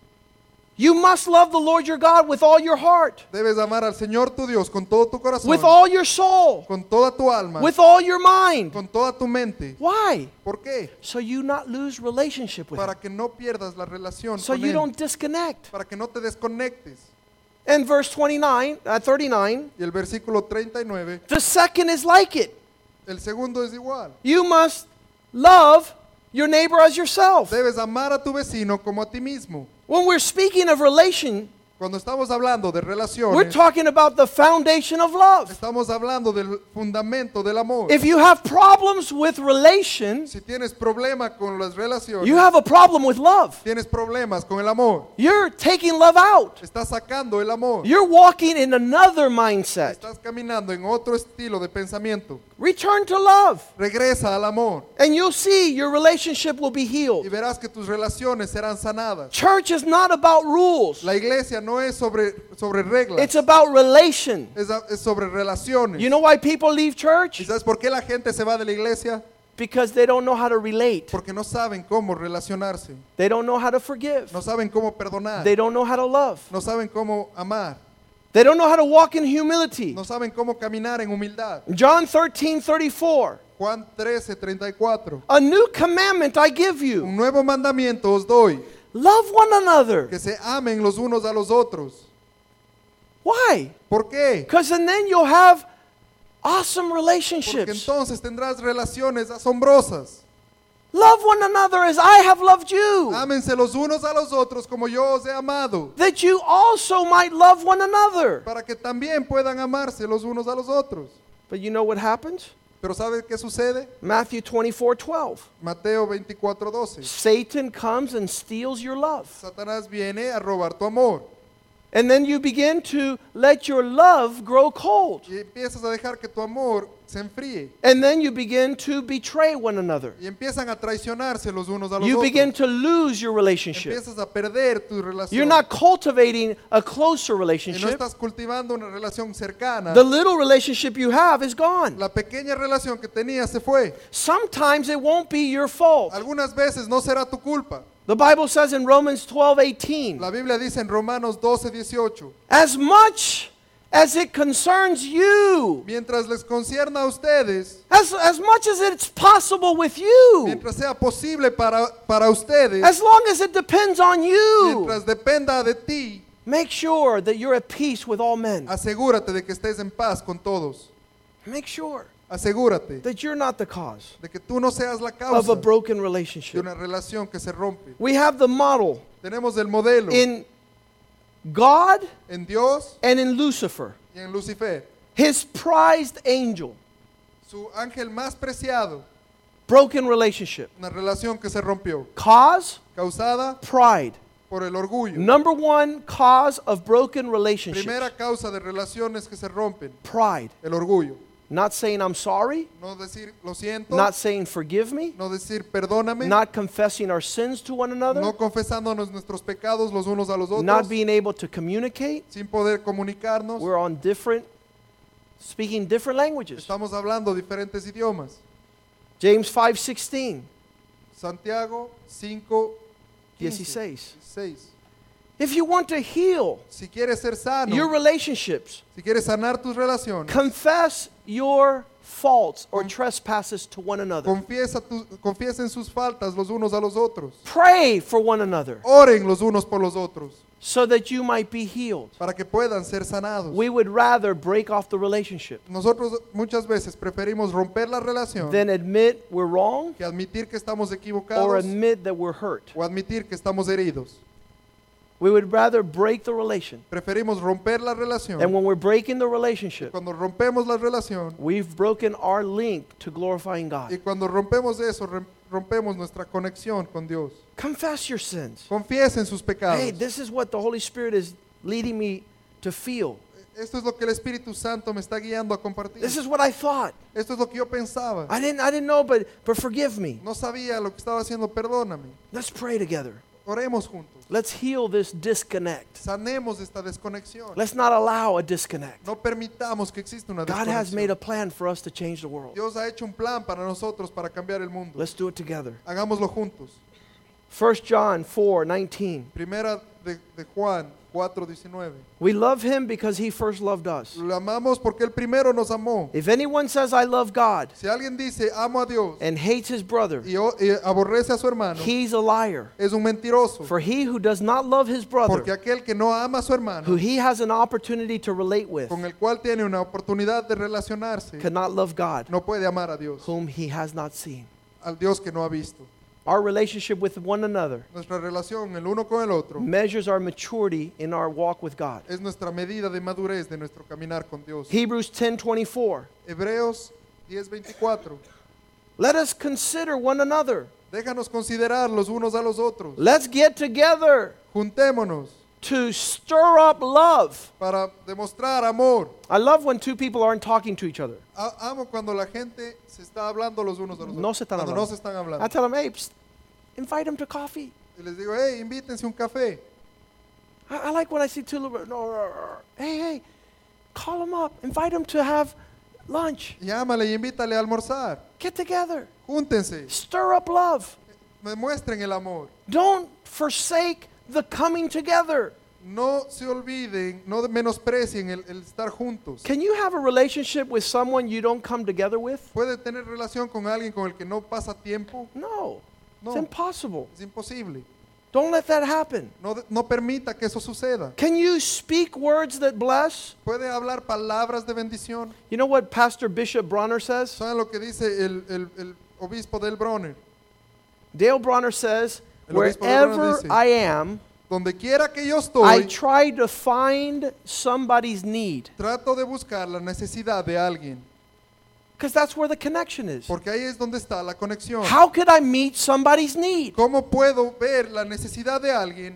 [SPEAKER 4] You must love the Lord your God with all your heart,
[SPEAKER 3] Debes amar al Señor tu Dios con todo tu corazón,
[SPEAKER 4] with all your soul,
[SPEAKER 3] con toda tu alma,
[SPEAKER 4] with all your mind.
[SPEAKER 3] con toda tu mente.
[SPEAKER 4] Why?
[SPEAKER 3] ¿Por qué?
[SPEAKER 4] So you not lose relationship with him.
[SPEAKER 3] Para que no pierdas la relación
[SPEAKER 4] So
[SPEAKER 3] con
[SPEAKER 4] you
[SPEAKER 3] él.
[SPEAKER 4] don't disconnect.
[SPEAKER 3] para que no te desconectes.
[SPEAKER 4] And verse 29, uh, 39,
[SPEAKER 3] Y el versículo 39,
[SPEAKER 4] the second is like it.
[SPEAKER 3] el segundo es igual.
[SPEAKER 4] You must love your neighbor as yourself.
[SPEAKER 3] Debes amar a tu vecino como a ti mismo.
[SPEAKER 4] When we're speaking of relation,
[SPEAKER 3] Cuando estamos hablando de
[SPEAKER 4] we're
[SPEAKER 3] relaciones,
[SPEAKER 4] talking about the foundation of love.
[SPEAKER 3] estamos hablando del fundamento del amor.
[SPEAKER 4] If you have problems with relation,
[SPEAKER 3] Si tienes problema con las relaciones,
[SPEAKER 4] you have a problem with love.
[SPEAKER 3] tienes problemas con el amor.
[SPEAKER 4] You're taking love out.
[SPEAKER 3] Estás sacando el amor.
[SPEAKER 4] You're walking in another mindset.
[SPEAKER 3] Estás caminando en otro estilo de pensamiento.
[SPEAKER 4] Return to love,
[SPEAKER 3] Regresa al amor
[SPEAKER 4] and you'll see your relationship will be
[SPEAKER 3] y
[SPEAKER 4] healed.
[SPEAKER 3] verás que tus relaciones serán sanadas.
[SPEAKER 4] Church is not about rules,
[SPEAKER 3] La iglesia no es sobre, sobre reglas,
[SPEAKER 4] it's about relation.
[SPEAKER 3] es, a- es sobre relaciones.
[SPEAKER 4] You know why people leave
[SPEAKER 3] ¿Y
[SPEAKER 4] church?
[SPEAKER 3] sabes por qué la gente se va de la iglesia?
[SPEAKER 4] Because they don't know how to relate,
[SPEAKER 3] Porque no saben cómo relacionarse,
[SPEAKER 4] they don't know how to forgive,
[SPEAKER 3] no saben cómo perdonar,
[SPEAKER 4] they don't know how to love,
[SPEAKER 3] no saben cómo amar,
[SPEAKER 4] they don't know how to walk in humility.
[SPEAKER 3] no saben cómo caminar en humildad.
[SPEAKER 4] John 13 34.
[SPEAKER 3] Juan 13, 34.
[SPEAKER 4] A new commandment I give you
[SPEAKER 3] Un nuevo mandamiento os doy,
[SPEAKER 4] love one
[SPEAKER 3] que
[SPEAKER 4] another.
[SPEAKER 3] se amen los unos a los otros.
[SPEAKER 4] Why?
[SPEAKER 3] ¿Por qué?
[SPEAKER 4] Because and then you'll have awesome
[SPEAKER 3] Porque
[SPEAKER 4] relationships.
[SPEAKER 3] entonces tendrás relaciones asombrosas.
[SPEAKER 4] Love one another as I have loved you,
[SPEAKER 3] Ámense los unos a los otros como yo os he amado,
[SPEAKER 4] that you also might love one another.
[SPEAKER 3] para que también puedan amarse los unos a los otros.
[SPEAKER 4] But you know what happens?
[SPEAKER 3] Pero ¿sabe qué sucede?
[SPEAKER 4] Matthew 24 12.
[SPEAKER 3] Mateo 24, 12.
[SPEAKER 4] Satan comes and steals your love.
[SPEAKER 3] Satanás viene a robar tu amor
[SPEAKER 4] And then you begin to let your love grow cold.
[SPEAKER 3] y empiezas a dejar que tu amor se enfríe
[SPEAKER 4] And then you begin to betray one another.
[SPEAKER 3] y empiezan a traicionarse los unos a los
[SPEAKER 4] You
[SPEAKER 3] otros.
[SPEAKER 4] begin to lose your relationship.
[SPEAKER 3] empiezas a perder tu relación
[SPEAKER 4] You're not cultivating a closer
[SPEAKER 3] y no
[SPEAKER 4] relationship.
[SPEAKER 3] estás cultivando una relación cercana.
[SPEAKER 4] The little relationship you have is gone.
[SPEAKER 3] La pequeña relación que tenías se fue.
[SPEAKER 4] Sometimes it won't be your fault.
[SPEAKER 3] Algunas veces no será tu culpa.
[SPEAKER 4] The Bible says in Romans 12 18,
[SPEAKER 3] La Biblia dice en Romanos 12, 18,
[SPEAKER 4] As much as it concerns you,
[SPEAKER 3] mientras les concierna a ustedes,
[SPEAKER 4] as, as much as it's possible with you,
[SPEAKER 3] mientras sea posible para, para ustedes,
[SPEAKER 4] as long as it depends on you,
[SPEAKER 3] mientras dependa de ti,
[SPEAKER 4] make sure that you're at peace with all men.
[SPEAKER 3] asegúrate de que estés en paz con todos.
[SPEAKER 4] Make sure
[SPEAKER 3] Asegúrate
[SPEAKER 4] that you're not the cause
[SPEAKER 3] de que tú no seas la
[SPEAKER 4] of
[SPEAKER 3] causa
[SPEAKER 4] a broken
[SPEAKER 3] de
[SPEAKER 4] relationship.
[SPEAKER 3] una relación que se rompe.
[SPEAKER 4] We have the model
[SPEAKER 3] Tenemos el modelo
[SPEAKER 4] in God
[SPEAKER 3] en Dios
[SPEAKER 4] and in Lucifer,
[SPEAKER 3] y en Lucifer.
[SPEAKER 4] his prized angel,
[SPEAKER 3] Su ángel más preciado,
[SPEAKER 4] broken relationship.
[SPEAKER 3] una relación que se rompió,
[SPEAKER 4] Cause,
[SPEAKER 3] causada
[SPEAKER 4] pride.
[SPEAKER 3] por el orgullo.
[SPEAKER 4] Number one cause of broken relationships,
[SPEAKER 3] Primera causa de relaciones que se rompen,
[SPEAKER 4] pride.
[SPEAKER 3] el orgullo.
[SPEAKER 4] Not saying I'm sorry,
[SPEAKER 3] No decir lo siento,
[SPEAKER 4] not saying forgive me,
[SPEAKER 3] no decir perdóname,
[SPEAKER 4] not confessing our sins to one another,
[SPEAKER 3] no confesándonos nuestros pecados los unos a los
[SPEAKER 4] not
[SPEAKER 3] otros,
[SPEAKER 4] being able to communicate.
[SPEAKER 3] sin poder comunicarnos.
[SPEAKER 4] We're on different, speaking different languages.
[SPEAKER 3] Estamos hablando diferentes idiomas.
[SPEAKER 4] James 5 16,
[SPEAKER 3] Santiago 5, 15,
[SPEAKER 4] 16.
[SPEAKER 3] 16.
[SPEAKER 4] If you want to heal
[SPEAKER 3] Si quieres ser sano,
[SPEAKER 4] your relationships,
[SPEAKER 3] Si quieres sanar tus relaciones,
[SPEAKER 4] confess your faults or
[SPEAKER 3] Com-
[SPEAKER 4] trespasses to one another.
[SPEAKER 3] confiesa, tu- confiesen sus faltas los unos a los otros.
[SPEAKER 4] Pray for one another.
[SPEAKER 3] Oren los unos por los otros.
[SPEAKER 4] so that you might be healed.
[SPEAKER 3] para que puedan ser sanados.
[SPEAKER 4] We would rather break off the relationship
[SPEAKER 3] Nosotros muchas veces preferimos romper la relación
[SPEAKER 4] than admit we're wrong
[SPEAKER 3] que admitir que estamos
[SPEAKER 4] or
[SPEAKER 3] equivocados
[SPEAKER 4] admit that we're hurt.
[SPEAKER 3] o admitir que estamos heridos.
[SPEAKER 4] We would rather break the relation.
[SPEAKER 3] Preferimos romper la relación.
[SPEAKER 4] And when we're breaking the relationship,
[SPEAKER 3] Cuando rompemos la relación
[SPEAKER 4] we've broken our link to glorifying
[SPEAKER 3] y
[SPEAKER 4] God.
[SPEAKER 3] cuando rompemos eso, rem- rompemos nuestra conexión con Dios.
[SPEAKER 4] Confess your sins.
[SPEAKER 3] Confiesen sus pecados.
[SPEAKER 4] Hey, this is what the Holy Spirit is leading me to feel.
[SPEAKER 3] Esto es lo que el Espíritu Santo me está guiando a compartir.
[SPEAKER 4] This is what I thought.
[SPEAKER 3] Esto es lo que yo pensaba.
[SPEAKER 4] I didn't I didn't know, but but forgive me.
[SPEAKER 3] No sabía lo que estaba haciendo, perdóname.
[SPEAKER 4] Let's pray together.
[SPEAKER 3] Oremos juntos.
[SPEAKER 4] Let's heal this disconnect.
[SPEAKER 3] Sanemos esta desconexión.
[SPEAKER 4] Let's not allow a disconnect.
[SPEAKER 3] No permitamos que exista una
[SPEAKER 4] God has
[SPEAKER 3] desconexión.
[SPEAKER 4] made a plan for us to change the world.
[SPEAKER 3] Dios ha hecho un plan para nosotros para cambiar el mundo.
[SPEAKER 4] Let's do it together.
[SPEAKER 3] Hagámoslo juntos.
[SPEAKER 4] 1 John 4 19.
[SPEAKER 3] Primera de, de Juan 4:19.
[SPEAKER 4] We love him because he first loved us.
[SPEAKER 3] Lo amamos porque Él primero nos amó.
[SPEAKER 4] If anyone says, I love God
[SPEAKER 3] Si alguien dice amo a Dios
[SPEAKER 4] and hates his brother,
[SPEAKER 3] y, o- y aborrece a su hermano,
[SPEAKER 4] he's a liar.
[SPEAKER 3] es un mentiroso.
[SPEAKER 4] For he who does not love his
[SPEAKER 3] Porque
[SPEAKER 4] brother,
[SPEAKER 3] aquel que no ama a su
[SPEAKER 4] who
[SPEAKER 3] hermano,
[SPEAKER 4] he has an opportunity to relate with,
[SPEAKER 3] con el cual tiene una oportunidad de relacionarse,
[SPEAKER 4] cannot love God,
[SPEAKER 3] no puede amar a Dios,
[SPEAKER 4] whom he has not seen.
[SPEAKER 3] al Dios que no ha visto.
[SPEAKER 4] Our relationship with one another
[SPEAKER 3] Nuestra relación el uno con el otro
[SPEAKER 4] measures our maturity in our walk with God.
[SPEAKER 3] es nuestra medida de madurez de nuestro caminar con Dios.
[SPEAKER 4] Hebrews 10 24.
[SPEAKER 3] Hebreos 10:24.
[SPEAKER 4] Let us consider one another.
[SPEAKER 3] Déjanos considerar los unos a los otros.
[SPEAKER 4] Let's get together
[SPEAKER 3] Juntémonos
[SPEAKER 4] to stir up love.
[SPEAKER 3] para demostrar amor.
[SPEAKER 4] I love when two people aren't talking to each other.
[SPEAKER 3] A- amo cuando la gente se está hablando los unos a los otros.
[SPEAKER 4] No se están
[SPEAKER 3] cuando
[SPEAKER 4] hablando.
[SPEAKER 3] no se están hablando.
[SPEAKER 4] I tell them, hey, psst, invite them to coffee.
[SPEAKER 3] Y les digo, hey, invítense un café.
[SPEAKER 4] I, I like when I see two little. No, rah, rah. hey, hey, call them up. Invite them to have lunch.
[SPEAKER 3] Llámale y invítale a almorzar.
[SPEAKER 4] Get together.
[SPEAKER 3] Júntense.
[SPEAKER 4] Stir up love.
[SPEAKER 3] Me muestren el amor.
[SPEAKER 4] Don't forsake the coming together.
[SPEAKER 3] No se olviden, no de- menosprecien el, el estar juntos.
[SPEAKER 4] Can you have a relationship with someone you don't come together with?
[SPEAKER 3] ¿Puede tener relación con alguien con el que no pasa tiempo?
[SPEAKER 4] No. It's
[SPEAKER 3] No.
[SPEAKER 4] impossible.
[SPEAKER 3] Es imposible.
[SPEAKER 4] Don't let that happen.
[SPEAKER 3] No, de- no permita que eso suceda.
[SPEAKER 4] Can you speak words that bless?
[SPEAKER 3] Puede hablar palabras de bendición.
[SPEAKER 4] You know what Pastor Bishop Bronner says?
[SPEAKER 3] ¿Saben lo que dice el, el- el obispo del Bronner?
[SPEAKER 4] Dale Bronner says,
[SPEAKER 3] El obispo de Bronner
[SPEAKER 4] Wherever
[SPEAKER 3] dice,
[SPEAKER 4] I am,
[SPEAKER 3] Donde quiera que yo
[SPEAKER 4] I
[SPEAKER 3] estoy,
[SPEAKER 4] try to find somebody's need.
[SPEAKER 3] trato de buscar la necesidad de alguien.
[SPEAKER 4] Because that's where the connection is.
[SPEAKER 3] Porque ahí es donde está la conexión.
[SPEAKER 4] How could I meet somebody's need?
[SPEAKER 3] ¿Cómo puedo ver la necesidad de alguien?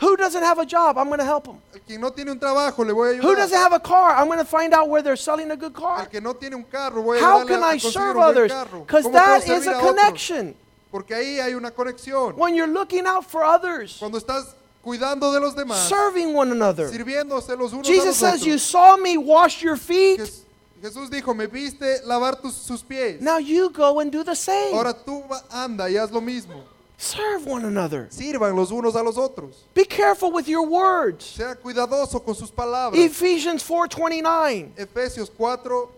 [SPEAKER 4] Who doesn't have a job? I'm going to help them.
[SPEAKER 3] El que no tiene un trabajo, le voy a
[SPEAKER 4] Who doesn't
[SPEAKER 3] ayudar.
[SPEAKER 4] have a car? I'm going to find out where they're selling a good
[SPEAKER 3] El
[SPEAKER 4] car.
[SPEAKER 3] que no tiene un carro, voy a
[SPEAKER 4] How
[SPEAKER 3] ayudarle
[SPEAKER 4] can
[SPEAKER 3] a
[SPEAKER 4] I
[SPEAKER 3] a conseguir un
[SPEAKER 4] serve
[SPEAKER 3] buen
[SPEAKER 4] others?
[SPEAKER 3] carro.
[SPEAKER 4] Because
[SPEAKER 3] ¿Cómo puedo
[SPEAKER 4] that is
[SPEAKER 3] servir
[SPEAKER 4] a
[SPEAKER 3] a otros?
[SPEAKER 4] connection.
[SPEAKER 3] Porque ahí hay una conexión.
[SPEAKER 4] When you're looking out for others,
[SPEAKER 3] Cuando estás cuidando de los demás,
[SPEAKER 4] serving one another.
[SPEAKER 3] sirviéndose los unos
[SPEAKER 4] Jesus
[SPEAKER 3] a los
[SPEAKER 4] says, You
[SPEAKER 3] otros.
[SPEAKER 4] saw me wash your feet.
[SPEAKER 3] Jes- Jesús dijo, me viste lavar tus, sus pies.
[SPEAKER 4] Now you go and do the same.
[SPEAKER 3] Ahora tú va- anda y haz lo mismo.
[SPEAKER 4] Serve one another.
[SPEAKER 3] Sirvan los unos a los otros.
[SPEAKER 4] Be careful with your words.
[SPEAKER 3] Sea cuidadoso con sus palabras.
[SPEAKER 4] Ephesians 4:29.
[SPEAKER 3] Efesios 4,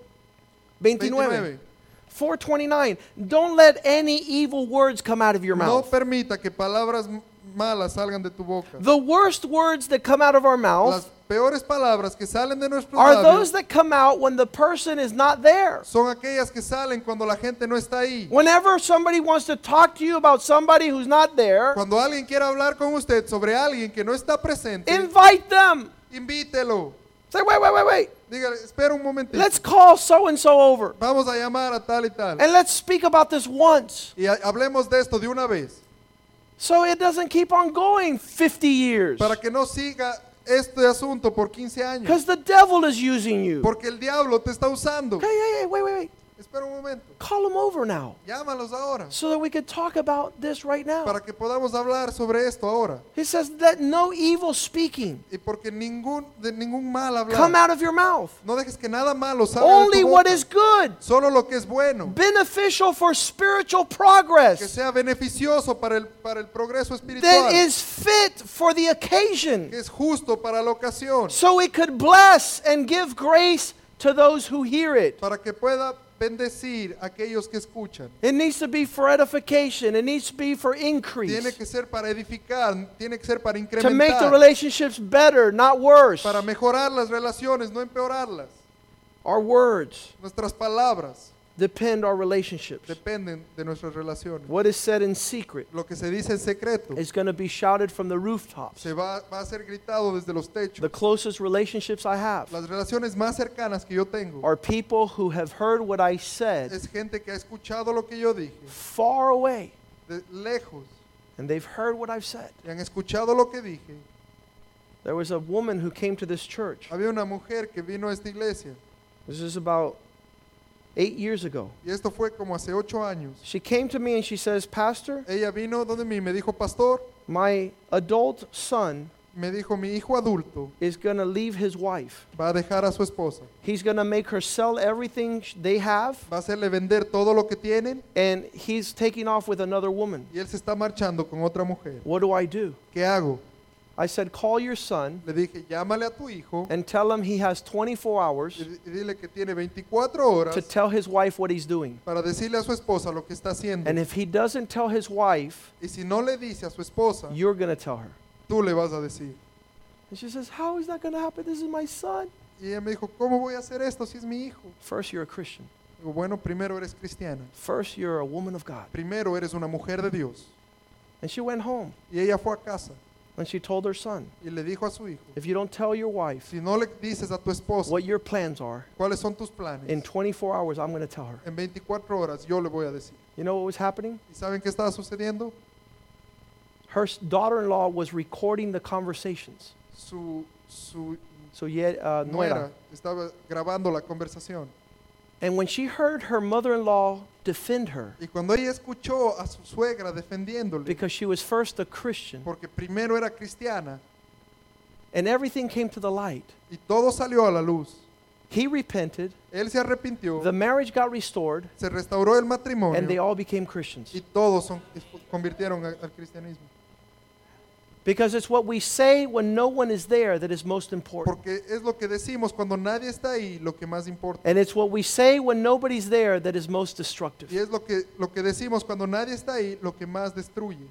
[SPEAKER 4] 29.
[SPEAKER 3] 29.
[SPEAKER 4] 4:29. Don't let any evil words come out of your
[SPEAKER 3] No
[SPEAKER 4] mouth.
[SPEAKER 3] permita que palabras m- malas salgan de tu boca.
[SPEAKER 4] The worst words that come out of our
[SPEAKER 3] Las
[SPEAKER 4] mouth
[SPEAKER 3] peores palabras que salen de nuestros
[SPEAKER 4] are
[SPEAKER 3] labios
[SPEAKER 4] those that come out when the person is not there.
[SPEAKER 3] son aquellas que salen cuando la gente no está ahí.
[SPEAKER 4] Whenever somebody wants to talk to you about somebody who's not there,
[SPEAKER 3] Cuando alguien quiera hablar con usted sobre alguien que no está presente,
[SPEAKER 4] invite them.
[SPEAKER 3] invítelo.
[SPEAKER 4] Say, wait, wait, wait, wait.
[SPEAKER 3] Dígale, espera un momentito.
[SPEAKER 4] Let's call so and so over
[SPEAKER 3] Vamos a llamar a tal y tal.
[SPEAKER 4] and let's speak about this once
[SPEAKER 3] Y ha- hablemos de esto de una vez.
[SPEAKER 4] so it doesn't keep on going 50 years.
[SPEAKER 3] Para que no siga este asunto por 15 años.
[SPEAKER 4] Because the devil is using you.
[SPEAKER 3] Porque el diablo te está usando.
[SPEAKER 4] Hey, hey, hey, wait, wait, wait.
[SPEAKER 3] Espera un momento.
[SPEAKER 4] Call him over now
[SPEAKER 3] Llámalos ahora.
[SPEAKER 4] so that we could talk about this right now.
[SPEAKER 3] Para que podamos hablar sobre esto ahora.
[SPEAKER 4] He says, Let no evil speaking
[SPEAKER 3] Y porque ningún, de ningún mal
[SPEAKER 4] come
[SPEAKER 3] hablar.
[SPEAKER 4] out of your mouth,
[SPEAKER 3] No dejes que nada malo salga de tu
[SPEAKER 4] only what
[SPEAKER 3] boca.
[SPEAKER 4] is good,
[SPEAKER 3] Solo lo que es bueno.
[SPEAKER 4] beneficial for spiritual
[SPEAKER 3] Que
[SPEAKER 4] progress,
[SPEAKER 3] sea beneficioso para el, para el progreso espiritual.
[SPEAKER 4] that is fit for the occasion,
[SPEAKER 3] Que es justo para la ocasión.
[SPEAKER 4] so it could bless and give grace to those who hear it.
[SPEAKER 3] Para que pueda bendecir a aquellos que escuchan.
[SPEAKER 4] It needs to be for edification. It needs to be for
[SPEAKER 3] Tiene
[SPEAKER 4] increase.
[SPEAKER 3] que ser para edificar, tiene que ser para
[SPEAKER 4] To make the
[SPEAKER 3] incrementar,
[SPEAKER 4] relationships better, not worse.
[SPEAKER 3] para mejorar las relaciones, no empeorarlas.
[SPEAKER 4] Our words
[SPEAKER 3] Nuestras palabras
[SPEAKER 4] depend our relationships.
[SPEAKER 3] dependen de nuestras relaciones.
[SPEAKER 4] What is said in secret
[SPEAKER 3] Lo que se dice en secreto
[SPEAKER 4] is going to be shouted from the rooftops.
[SPEAKER 3] se va, va a ser gritado desde los
[SPEAKER 4] The
[SPEAKER 3] techos.
[SPEAKER 4] closest relationships I have
[SPEAKER 3] Las relaciones más cercanas que yo tengo
[SPEAKER 4] are people who have heard what I said
[SPEAKER 3] es gente que ha escuchado lo que yo dije
[SPEAKER 4] far away
[SPEAKER 3] de lejos
[SPEAKER 4] and they've heard what I've said.
[SPEAKER 3] y han escuchado lo que dije.
[SPEAKER 4] There was a woman who came to this church.
[SPEAKER 3] Había una mujer que vino a esta iglesia
[SPEAKER 4] This is about eight years ago.
[SPEAKER 3] y esto fue como hace ocho años.
[SPEAKER 4] She came to me and she says, Pastor,
[SPEAKER 3] Ella vino donde mí, me dijo, pastor,
[SPEAKER 4] my adult son
[SPEAKER 3] me dijo, mi hijo adulto
[SPEAKER 4] is going to leave his wife.
[SPEAKER 3] va a dejar a su esposa,
[SPEAKER 4] He's going to make her sell everything sh- they have,
[SPEAKER 3] va a hacerle vender todo lo que tienen
[SPEAKER 4] and he's taking off with another woman.
[SPEAKER 3] y él se está marchando con otra mujer.
[SPEAKER 4] What do I do?
[SPEAKER 3] ¿Qué hago?
[SPEAKER 4] I said, Call your son
[SPEAKER 3] Le dije, llámale a tu hijo
[SPEAKER 4] and tell him he has 24
[SPEAKER 3] y
[SPEAKER 4] hours
[SPEAKER 3] di- y dile que tiene 24 horas
[SPEAKER 4] to tell his wife what he's doing.
[SPEAKER 3] para decirle a su esposa lo que está haciendo.
[SPEAKER 4] And if he doesn't tell his wife,
[SPEAKER 3] Y si no le dice a su esposa,
[SPEAKER 4] you're going to tell her.
[SPEAKER 3] tú le vas a decir.
[SPEAKER 4] And she says, How is that going to happen? This is my son.
[SPEAKER 3] Y ella me dijo, ¿cómo voy a hacer esto si es mi hijo?
[SPEAKER 4] First, you're a Christian.
[SPEAKER 3] Digo, bueno, primero eres cristiana,
[SPEAKER 4] First, you're a woman of God.
[SPEAKER 3] primero eres una mujer de Dios.
[SPEAKER 4] And she went home
[SPEAKER 3] Y ella fue a casa
[SPEAKER 4] and she told her son,
[SPEAKER 3] y le dijo a su hijo,
[SPEAKER 4] If you don't tell your wife
[SPEAKER 3] si no le dices a tu esposa
[SPEAKER 4] what your plans are,
[SPEAKER 3] cuáles son tus
[SPEAKER 4] in
[SPEAKER 3] planes,
[SPEAKER 4] 24 hours, I'm going to tell her.
[SPEAKER 3] en 24 horas yo le voy a decir.
[SPEAKER 4] You know what was happening?
[SPEAKER 3] ¿Y saben qué estaba sucediendo?
[SPEAKER 4] Her daughter in law was recording the conversations.
[SPEAKER 3] Su, su
[SPEAKER 4] So, yet, uh,
[SPEAKER 3] nuera
[SPEAKER 4] nuera.
[SPEAKER 3] estaba grabando la conversación.
[SPEAKER 4] And when she heard her mother in law defend her,
[SPEAKER 3] Y cuando ella escuchó a su suegra defendiéndole,
[SPEAKER 4] because she was first a Christian,
[SPEAKER 3] porque primero era cristiana
[SPEAKER 4] and everything came to the light,
[SPEAKER 3] y todo salió a la luz,
[SPEAKER 4] he repented,
[SPEAKER 3] él se arrepintió,
[SPEAKER 4] the marriage got restored,
[SPEAKER 3] se restauró el
[SPEAKER 4] and they
[SPEAKER 3] matrimonio
[SPEAKER 4] all became Christians.
[SPEAKER 3] y todos son, convirtieron a- al cristianismo.
[SPEAKER 4] Because it's what we say when no one is there that is most important.
[SPEAKER 3] Porque es lo que decimos cuando nadie está ahí lo que más importa.
[SPEAKER 4] And it's what we say when nobody's there that is most
[SPEAKER 3] Y
[SPEAKER 4] destructive.
[SPEAKER 3] es lo que, lo que decimos cuando nadie está ahí lo que más destruye.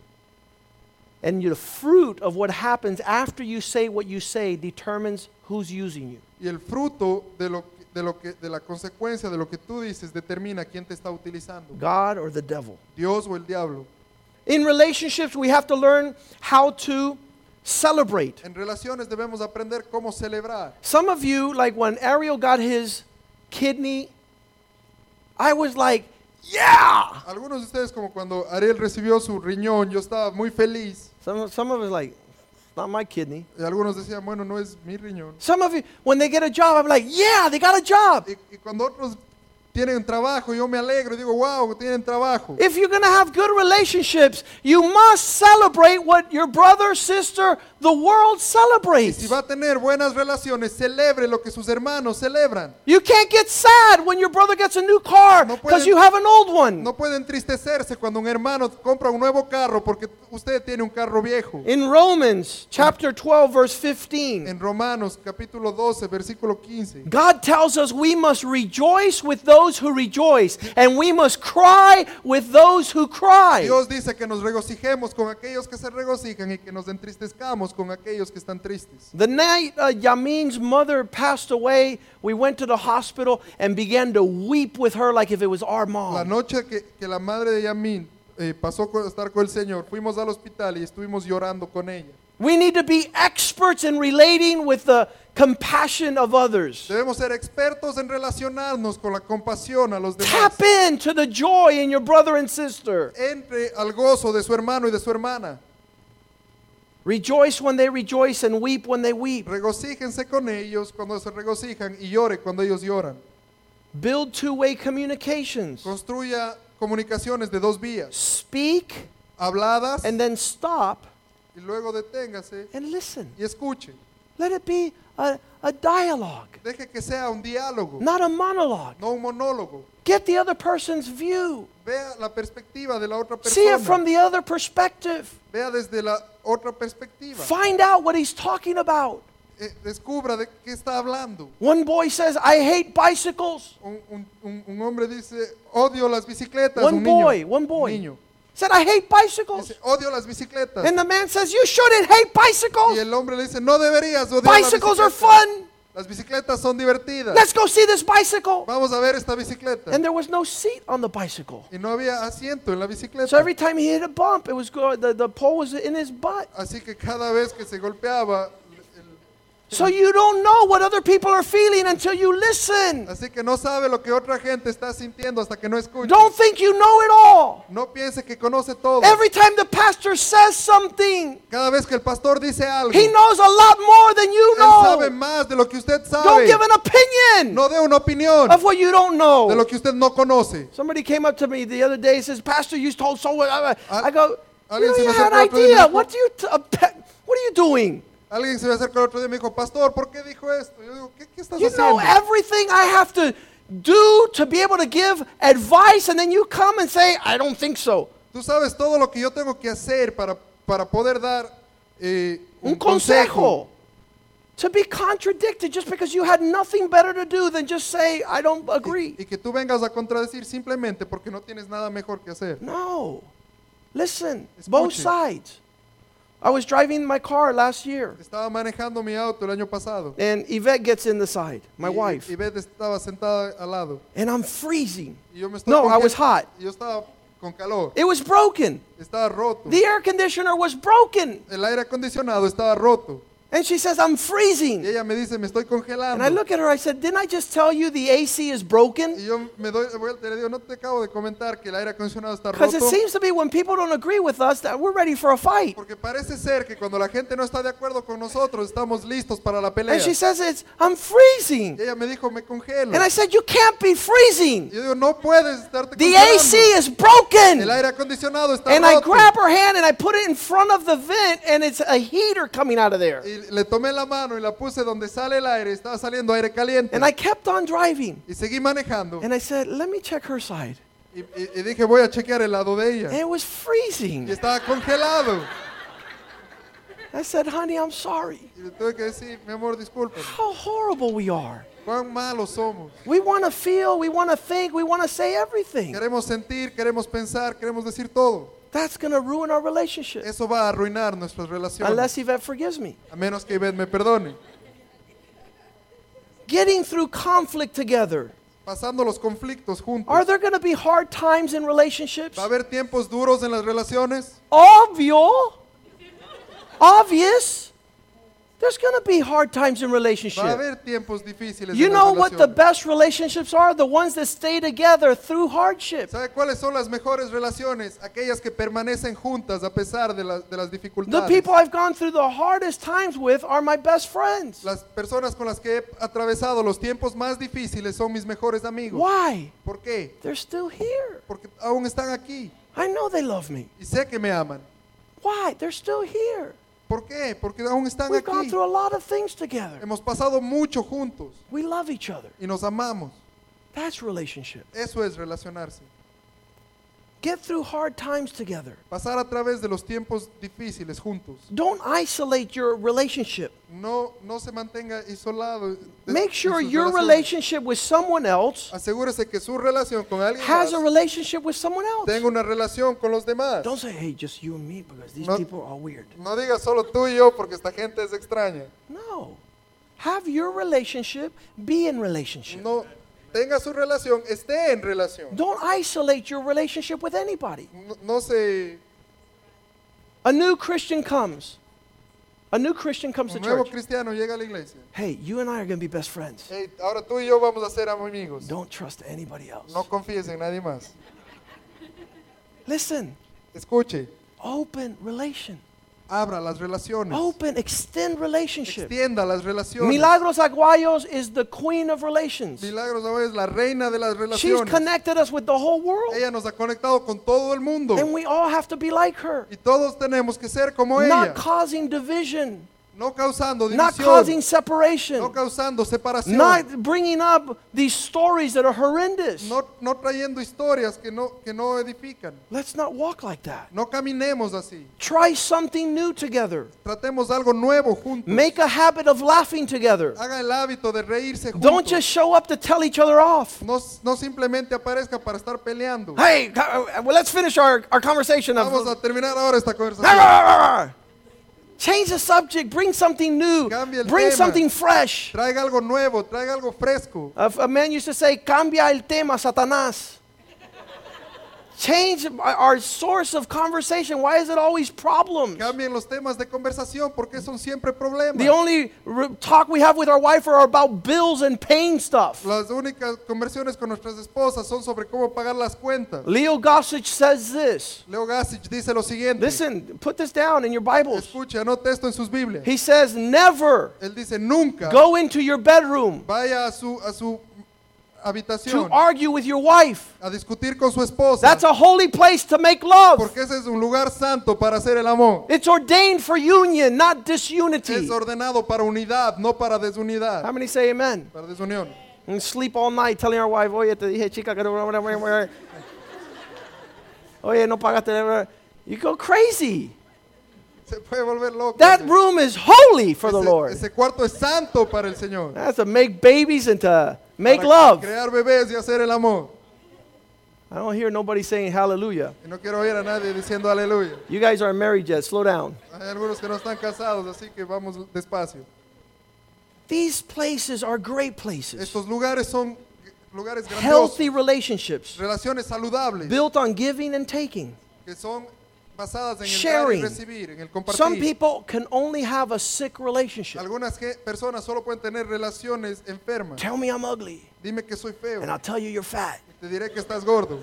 [SPEAKER 4] And the fruit of what happens after you say what you say determines who's using you.
[SPEAKER 3] Y el fruto de lo, que- de lo que de la consecuencia de lo que tú dices determina quién te está utilizando,
[SPEAKER 4] God or the devil.
[SPEAKER 3] Dios o el diablo.
[SPEAKER 4] In relationships, we have to learn how to celebrate.
[SPEAKER 3] En relaciones debemos aprender cómo celebrar.
[SPEAKER 4] Some of you, like when Ariel got his kidney, I was like, yeah!
[SPEAKER 3] Algunos de ustedes como cuando Ariel recibió su riñón, yo estaba muy feliz.
[SPEAKER 4] Some, some of us, like, not my kidney.
[SPEAKER 3] Y algunos decían, bueno, no es mi riñón.
[SPEAKER 4] Some of you, when they get a job, I'm like, yeah, they got a job.
[SPEAKER 3] Y, y cuando otros tienen trabajo, yo me alegro y digo, wow, tienen trabajo.
[SPEAKER 4] If you're going to have good relationships, you must celebrate what your brother, sister, the world
[SPEAKER 3] Si
[SPEAKER 4] celebrates.
[SPEAKER 3] va a tener buenas relaciones, celebre lo que sus hermanos celebran.
[SPEAKER 4] You can't get sad when your brother gets a new car
[SPEAKER 3] No puede-
[SPEAKER 4] because you have an old one.
[SPEAKER 3] No puede entristecerse cuando un hermano compra un nuevo carro porque usted tiene un carro viejo.
[SPEAKER 4] In Romans chapter 12, verse 15,
[SPEAKER 3] En Romanos capítulo 12, versículo 15.
[SPEAKER 4] God tells us we must rejoice with those who rejoice and we must cry with those who cry.
[SPEAKER 3] Dios dice que nos regocijemos con aquellos que se regocijan y que nos entristezcamos con aquellos que están tristes.
[SPEAKER 4] The night uh, Yamin's mother passed away, we went to the hospital and began to weep with her like if it was
[SPEAKER 3] La
[SPEAKER 4] our mom.
[SPEAKER 3] noche que, que la madre de Yamin eh, pasó a estar con el Señor, fuimos al hospital y estuvimos llorando con ella.
[SPEAKER 4] We need to be experts in relating with the compassion of others.
[SPEAKER 3] Debemos ser expertos en relacionarnos con la compasión a los demás.
[SPEAKER 4] Tap into the joy in your brother and sister.
[SPEAKER 3] Entre al gozo de su hermano y de su hermana.
[SPEAKER 4] Rejoice when they rejoice and weep when they weep.
[SPEAKER 3] Regocíjense con ellos cuando se regocijan y llore cuando ellos lloran.
[SPEAKER 4] Build two way communications.
[SPEAKER 3] Construya comunicaciones de dos vías,
[SPEAKER 4] Speak
[SPEAKER 3] habladas
[SPEAKER 4] and then stop
[SPEAKER 3] y luego deténgase
[SPEAKER 4] and listen.
[SPEAKER 3] y escuche.
[SPEAKER 4] Let it be a, a dialogue,
[SPEAKER 3] Deje que sea un diálogo,
[SPEAKER 4] not a monologue.
[SPEAKER 3] no un monólogo.
[SPEAKER 4] Get the other person's view.
[SPEAKER 3] Vea la perspectiva de la otra
[SPEAKER 4] See it from
[SPEAKER 3] persona.
[SPEAKER 4] the other perspective.
[SPEAKER 3] Vea desde la otra perspectiva.
[SPEAKER 4] Find out what he's talking about.
[SPEAKER 3] eh, descubra de qué está hablando.
[SPEAKER 4] One boy says, I hate bicycles.
[SPEAKER 3] Un, un- un- un hombre dice, odio las bicicletas.
[SPEAKER 4] One
[SPEAKER 3] un niño,
[SPEAKER 4] boy, one
[SPEAKER 3] un
[SPEAKER 4] boy
[SPEAKER 3] niño.
[SPEAKER 4] said, I hate bicycles.
[SPEAKER 3] Dice, odio las bicicletas.
[SPEAKER 4] And the man says, You shouldn't hate
[SPEAKER 3] Y
[SPEAKER 4] bicycles.
[SPEAKER 3] el hombre le dice, no deberías odiar las
[SPEAKER 4] Bicycles are
[SPEAKER 3] bicicletas.
[SPEAKER 4] fun.
[SPEAKER 3] Las bicicletas son divertidas.
[SPEAKER 4] Let's go see this bicycle.
[SPEAKER 3] Vamos a ver esta bicicleta.
[SPEAKER 4] And there was no seat on the bicycle.
[SPEAKER 3] y no había asiento en la bicicleta.
[SPEAKER 4] So every time he hit a bump, it was go- the, the pole was in his butt.
[SPEAKER 3] Así que cada vez que se golpeaba, el-
[SPEAKER 4] So you don't know what other people are feeling until you listen.
[SPEAKER 3] así que no sabe lo que otra gente está sintiendo hasta que no escucha.
[SPEAKER 4] Don't think you know it all.
[SPEAKER 3] no piense que conoce todo.
[SPEAKER 4] Every time the pastor says something,
[SPEAKER 3] cada vez que el pastor dice algo,
[SPEAKER 4] he knows a lot more than you
[SPEAKER 3] él sabe
[SPEAKER 4] know.
[SPEAKER 3] más de lo que usted
[SPEAKER 4] Don't
[SPEAKER 3] sabe.
[SPEAKER 4] give an opinion
[SPEAKER 3] no dé una opinión
[SPEAKER 4] of what you don't
[SPEAKER 3] de
[SPEAKER 4] know.
[SPEAKER 3] lo que usted no conoce.
[SPEAKER 4] Somebody came up to me the other day and says, Pastor, you told so what? I
[SPEAKER 3] Ah,
[SPEAKER 4] I go,
[SPEAKER 3] Al-
[SPEAKER 4] you
[SPEAKER 3] alguien
[SPEAKER 4] know,
[SPEAKER 3] se
[SPEAKER 4] you
[SPEAKER 3] me acercó
[SPEAKER 4] had an
[SPEAKER 3] otro día y me
[SPEAKER 4] idea.
[SPEAKER 3] dijo-
[SPEAKER 4] What do you, t- a pe- what are you doing?
[SPEAKER 3] Alguien se me acercó el otro día y me dijo, pastor, ¿por qué dijo esto? Yo digo, ¿qué, qué estás
[SPEAKER 4] You know
[SPEAKER 3] haciendo?
[SPEAKER 4] everything I have to do to be able to give advice, and then you come and say, I don't think so.
[SPEAKER 3] Tú sabes todo lo que yo tengo que hacer para, para poder dar eh,
[SPEAKER 4] Un consejo. To be contradicted just because you had nothing better to do than just say, I don't agree.
[SPEAKER 3] Y que tú vengas a contradecir simplemente porque no tienes nada mejor que hacer.
[SPEAKER 4] No. Listen, both
[SPEAKER 3] Escuche.
[SPEAKER 4] sides. I was driving my car last year,
[SPEAKER 3] Estaba manejando mi auto el año pasado.
[SPEAKER 4] and Yvette gets in the side, my
[SPEAKER 3] y,
[SPEAKER 4] wife,
[SPEAKER 3] Y Beth estaba sentada al lado.
[SPEAKER 4] and I'm freezing.
[SPEAKER 3] Y yo me estaba
[SPEAKER 4] No, I
[SPEAKER 3] congel-
[SPEAKER 4] was hot.
[SPEAKER 3] y Yo estaba con calor.
[SPEAKER 4] It was broken.
[SPEAKER 3] estaba roto.
[SPEAKER 4] The air conditioner was broken.
[SPEAKER 3] el aire acondicionado estaba roto.
[SPEAKER 4] And she says, I'm
[SPEAKER 3] Y
[SPEAKER 4] freezing.
[SPEAKER 3] ella me dice, me estoy
[SPEAKER 4] And I
[SPEAKER 3] congelando.
[SPEAKER 4] look at her, I said, Didn't I just tell you the AC is broken?
[SPEAKER 3] Y yo me doy la vuelta y le digo, no te acabo de comentar que el aire acondicionado está
[SPEAKER 4] Because
[SPEAKER 3] roto.
[SPEAKER 4] it seems to be when people don't agree with us that we're ready for a fight.
[SPEAKER 3] Porque parece ser que cuando la gente no está de acuerdo con nosotros, estamos listos para la pelea.
[SPEAKER 4] And she says, It's I'm freezing.
[SPEAKER 3] y ella me dijo, me congelo.
[SPEAKER 4] And I said, You can't be freezing.
[SPEAKER 3] Y yo digo, no puedes estarte
[SPEAKER 4] The
[SPEAKER 3] congelando.
[SPEAKER 4] AC is broken.
[SPEAKER 3] El aire acondicionado está
[SPEAKER 4] And I
[SPEAKER 3] roto.
[SPEAKER 4] grab her hand and I put it in front of the vent, and it's a heater coming out of there.
[SPEAKER 3] y le tomé la mano y la puse donde sale el aire. Estaba saliendo aire caliente.
[SPEAKER 4] And I kept on driving.
[SPEAKER 3] y seguí manejando.
[SPEAKER 4] And I said, Let me check her side.
[SPEAKER 3] y, y- y dije, voy a chequear el lado de ella.
[SPEAKER 4] And it was
[SPEAKER 3] y
[SPEAKER 4] freezing.
[SPEAKER 3] estaba congelado.
[SPEAKER 4] I said, Honey, I'm sorry.
[SPEAKER 3] Y le tuve que decir, mi amor, discúlpame.
[SPEAKER 4] How horrible we are.
[SPEAKER 3] Cuán malos somos.
[SPEAKER 4] We want to feel, we want to think, we want to say everything.
[SPEAKER 3] Queremos sentir, queremos pensar, queremos decir todo.
[SPEAKER 4] That's going to ruin our relationship.
[SPEAKER 3] Eso va a arruinar nuestras relaciones.
[SPEAKER 4] Unless Yvette forgives me.
[SPEAKER 3] a menos que Ivette me perdone.
[SPEAKER 4] Getting through conflict together.
[SPEAKER 3] Pasando los conflictos juntos.
[SPEAKER 4] Are there going to be hard times in relationships?
[SPEAKER 3] ¿Va a haber tiempos duros en las relaciones?
[SPEAKER 4] Obvio. Obvious. There's going to be hard times in
[SPEAKER 3] Va a
[SPEAKER 4] relationships.
[SPEAKER 3] haber tiempos difíciles
[SPEAKER 4] You
[SPEAKER 3] en las
[SPEAKER 4] know what the
[SPEAKER 3] relaciones.
[SPEAKER 4] best relationships are? The ones that stay together through hardship.
[SPEAKER 3] ¿Sabe cuáles son las mejores relaciones? Aquellas que permanecen juntas a pesar de, las- de las
[SPEAKER 4] The
[SPEAKER 3] dificultades.
[SPEAKER 4] people I've gone through the hardest times with are my best friends.
[SPEAKER 3] Las personas con las que he atravesado los tiempos más difíciles son mis mejores amigos.
[SPEAKER 4] Why?
[SPEAKER 3] ¿Por qué?
[SPEAKER 4] They're still here.
[SPEAKER 3] Porque aún están aquí
[SPEAKER 4] I know they love me.
[SPEAKER 3] y sé que me aman.
[SPEAKER 4] Why? They're still here.
[SPEAKER 3] ¿Por qué? Porque aún están
[SPEAKER 4] We've gone
[SPEAKER 3] aquí.
[SPEAKER 4] through a lot of things together.
[SPEAKER 3] Hemos pasado mucho juntos
[SPEAKER 4] We love each other.
[SPEAKER 3] y nos amamos.
[SPEAKER 4] That's relationship.
[SPEAKER 3] Eso es relacionarse.
[SPEAKER 4] Get through hard times together.
[SPEAKER 3] Pasar a través de los tiempos difíciles juntos.
[SPEAKER 4] Don't isolate your relationship.
[SPEAKER 3] No, no se mantenga isolado. de-
[SPEAKER 4] Make
[SPEAKER 3] de
[SPEAKER 4] sure
[SPEAKER 3] sus
[SPEAKER 4] your
[SPEAKER 3] relaciones.
[SPEAKER 4] relationship with someone else
[SPEAKER 3] Asegúrese que su relación con alguien
[SPEAKER 4] has a
[SPEAKER 3] más
[SPEAKER 4] relationship with someone
[SPEAKER 3] tenga
[SPEAKER 4] else.
[SPEAKER 3] una relación con los demás.
[SPEAKER 4] Don't say, hey, just you and me because these
[SPEAKER 3] No.
[SPEAKER 4] people are weird.
[SPEAKER 3] No digas solo tú y yo porque esta gente es extraña.
[SPEAKER 4] No. Have your relationship be in relationship.
[SPEAKER 3] No, tenga su relación, esté en relación.
[SPEAKER 4] Don't isolate your relationship with anybody.
[SPEAKER 3] No, no se...
[SPEAKER 4] A new Christian comes. A new Christian comes to
[SPEAKER 3] Un nuevo
[SPEAKER 4] church.
[SPEAKER 3] cristiano llega a la iglesia.
[SPEAKER 4] Hey, you and I are going to be best friends.
[SPEAKER 3] Hey, ahora tú y yo vamos a ser amigos.
[SPEAKER 4] Don't trust anybody else.
[SPEAKER 3] No confíes en nadie más.
[SPEAKER 4] Listen,
[SPEAKER 3] Escuche,
[SPEAKER 4] open relation.
[SPEAKER 3] abra las relaciones.
[SPEAKER 4] Open, extend relationship.
[SPEAKER 3] Extienda las relaciones.
[SPEAKER 4] Oh, Milagros Aguayos is the queen of relations.
[SPEAKER 3] Milagros ahora es la reina de las
[SPEAKER 4] She's
[SPEAKER 3] relaciones.
[SPEAKER 4] connected us with the whole world,
[SPEAKER 3] Ella nos ha conectado con todo el mundo.
[SPEAKER 4] and we all have to be like her,
[SPEAKER 3] Y todos tenemos que ser como
[SPEAKER 4] not
[SPEAKER 3] ella.
[SPEAKER 4] causing division,
[SPEAKER 3] no causando
[SPEAKER 4] not
[SPEAKER 3] división,
[SPEAKER 4] causing separation,
[SPEAKER 3] no causando separación,
[SPEAKER 4] not bringing up these stories that are horrendous.
[SPEAKER 3] no, no trayendo historias que no, que no edifican.
[SPEAKER 4] Let's not walk like that.
[SPEAKER 3] No caminemos así.
[SPEAKER 4] Try something new together.
[SPEAKER 3] Tratemos algo nuevo juntos.
[SPEAKER 4] Make a habit of laughing together.
[SPEAKER 3] Haga el hábito de reírse
[SPEAKER 4] Don't
[SPEAKER 3] juntos.
[SPEAKER 4] just show up to tell each other off.
[SPEAKER 3] No, no simplemente aparezca para estar peleando.
[SPEAKER 4] Hey, co- uh, well, let's finish our, our conversation
[SPEAKER 3] Vamos
[SPEAKER 4] of.
[SPEAKER 3] a terminar ahora esta conversación.
[SPEAKER 4] Change the subject. Bring something new.
[SPEAKER 3] Cambia el
[SPEAKER 4] Bring
[SPEAKER 3] tema.
[SPEAKER 4] something fresh.
[SPEAKER 3] Traiga algo nuevo, traiga algo fresco.
[SPEAKER 4] A, a man used to say, cambia el tema, Satanás. Change our- our source of conversation. Why is it always problems?
[SPEAKER 3] Cambien los temas de conversación porque son siempre problemas.
[SPEAKER 4] The only r talk we have with our wife are about bills and paying stuff.
[SPEAKER 3] Las únicas conversiones con nuestras esposas son sobre cómo pagar las cuentas.
[SPEAKER 4] Leo Gossage says this.
[SPEAKER 3] Leo Gassich dice lo siguiente.
[SPEAKER 4] Listen, put this down in your Bibles.
[SPEAKER 3] Escuche, anote esto en sus Biblias.
[SPEAKER 4] He says, never
[SPEAKER 3] Él dice, nunca
[SPEAKER 4] go into your bedroom
[SPEAKER 3] vaya a su, a su
[SPEAKER 4] to
[SPEAKER 3] habitación
[SPEAKER 4] argue with your wife.
[SPEAKER 3] a discutir con su esposa
[SPEAKER 4] That's a holy place to make love.
[SPEAKER 3] porque ese es un lugar santo para hacer el amor.
[SPEAKER 4] It's ordained for union, not disunity.
[SPEAKER 3] Es ordenado para unidad, no para
[SPEAKER 4] How
[SPEAKER 3] desunidad,
[SPEAKER 4] many say amen?
[SPEAKER 3] para desunión.
[SPEAKER 4] And sleep all night telling our wife, oye, te dije, chica, que no... Oye, no pagaste... You go crazy.
[SPEAKER 3] Se puede volver loco.
[SPEAKER 4] That room is holy for the
[SPEAKER 3] ese,
[SPEAKER 4] Lord.
[SPEAKER 3] ese cuarto es santo para el Señor.
[SPEAKER 4] That's to make babies and to make
[SPEAKER 3] para
[SPEAKER 4] love.
[SPEAKER 3] Crear bebés y hacer el amor.
[SPEAKER 4] I don't hear nobody saying hallelujah.
[SPEAKER 3] Y no quiero oír a nadie diciendo aleluya.
[SPEAKER 4] You guys aren't married yet. Slow down.
[SPEAKER 3] Hay algunos que no están casados, así que vamos despacio.
[SPEAKER 4] These places are great places.
[SPEAKER 3] Estos lugares son lugares grandiosos,
[SPEAKER 4] Healthy relationships
[SPEAKER 3] relaciones saludables
[SPEAKER 4] built on giving and taking.
[SPEAKER 3] que son basadas en el dar y
[SPEAKER 4] Sharing.
[SPEAKER 3] recibir, en el
[SPEAKER 4] Some
[SPEAKER 3] compartir.
[SPEAKER 4] people can only have a sick relationship.
[SPEAKER 3] Algunas ge- personas solo pueden tener relaciones enfermas.
[SPEAKER 4] Tell me I'm ugly,
[SPEAKER 3] Dime que soy feo,
[SPEAKER 4] and I'll tell you you're fat.
[SPEAKER 3] te diré que estás gordo.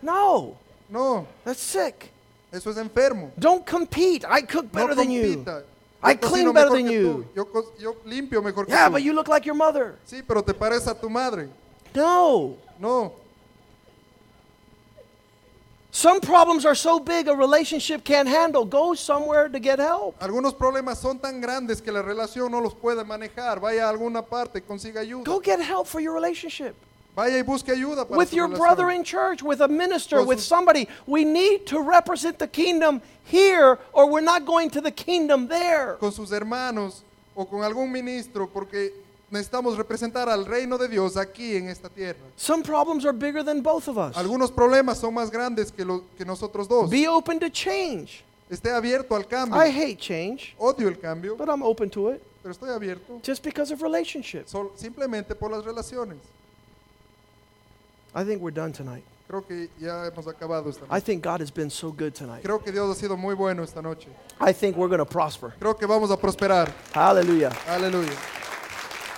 [SPEAKER 4] No,
[SPEAKER 3] No,
[SPEAKER 4] that's sick.
[SPEAKER 3] eso es enfermo.
[SPEAKER 4] Don't compete. I
[SPEAKER 3] No
[SPEAKER 4] cook better than you.
[SPEAKER 3] compita.
[SPEAKER 4] I
[SPEAKER 3] Yo cocino
[SPEAKER 4] clean
[SPEAKER 3] mejor
[SPEAKER 4] better
[SPEAKER 3] que
[SPEAKER 4] than
[SPEAKER 3] tú.
[SPEAKER 4] you.
[SPEAKER 3] Yo, co- yo limpio mejor que
[SPEAKER 4] Yeah,
[SPEAKER 3] tú.
[SPEAKER 4] but you look like your mother.
[SPEAKER 3] Sí, pero te pareces a tu madre.
[SPEAKER 4] No.
[SPEAKER 3] No,
[SPEAKER 4] Some problems are so big a relationship can't handle. Go somewhere to get help.
[SPEAKER 3] Algunos problemas son tan grandes que la relación no los puede manejar. Vaya a alguna parte, consiga ayuda.
[SPEAKER 4] Go get help for your relationship.
[SPEAKER 3] Vaya y busque ayuda para
[SPEAKER 4] With
[SPEAKER 3] su
[SPEAKER 4] your
[SPEAKER 3] relación.
[SPEAKER 4] brother in church, with a minister,
[SPEAKER 3] Con
[SPEAKER 4] with
[SPEAKER 3] sus-
[SPEAKER 4] somebody. We need to represent the kingdom here, or we're not going to the kingdom there.
[SPEAKER 3] Con sus hermanos o con algún ministro, porque necesitamos representar al reino de Dios aquí en esta tierra.
[SPEAKER 4] Some problems are bigger than both of us.
[SPEAKER 3] Algunos problemas son más grandes que, lo- que nosotros dos.
[SPEAKER 4] Be open to change.
[SPEAKER 3] Esté abierto al cambio.
[SPEAKER 4] I hate change,
[SPEAKER 3] Odio el cambio,
[SPEAKER 4] but I'm open to it
[SPEAKER 3] pero estoy abierto
[SPEAKER 4] just because of relationships.
[SPEAKER 3] sol- simplemente por las relaciones.
[SPEAKER 4] I think we're done tonight.
[SPEAKER 3] Creo que ya hemos acabado esta
[SPEAKER 4] I
[SPEAKER 3] noche.
[SPEAKER 4] think God has been so good tonight.
[SPEAKER 3] Creo que Dios ha sido muy bueno esta noche.
[SPEAKER 4] I think we're going to prosper.
[SPEAKER 3] Creo que vamos a prosperar.
[SPEAKER 4] Hallelujah.
[SPEAKER 3] Aleluya.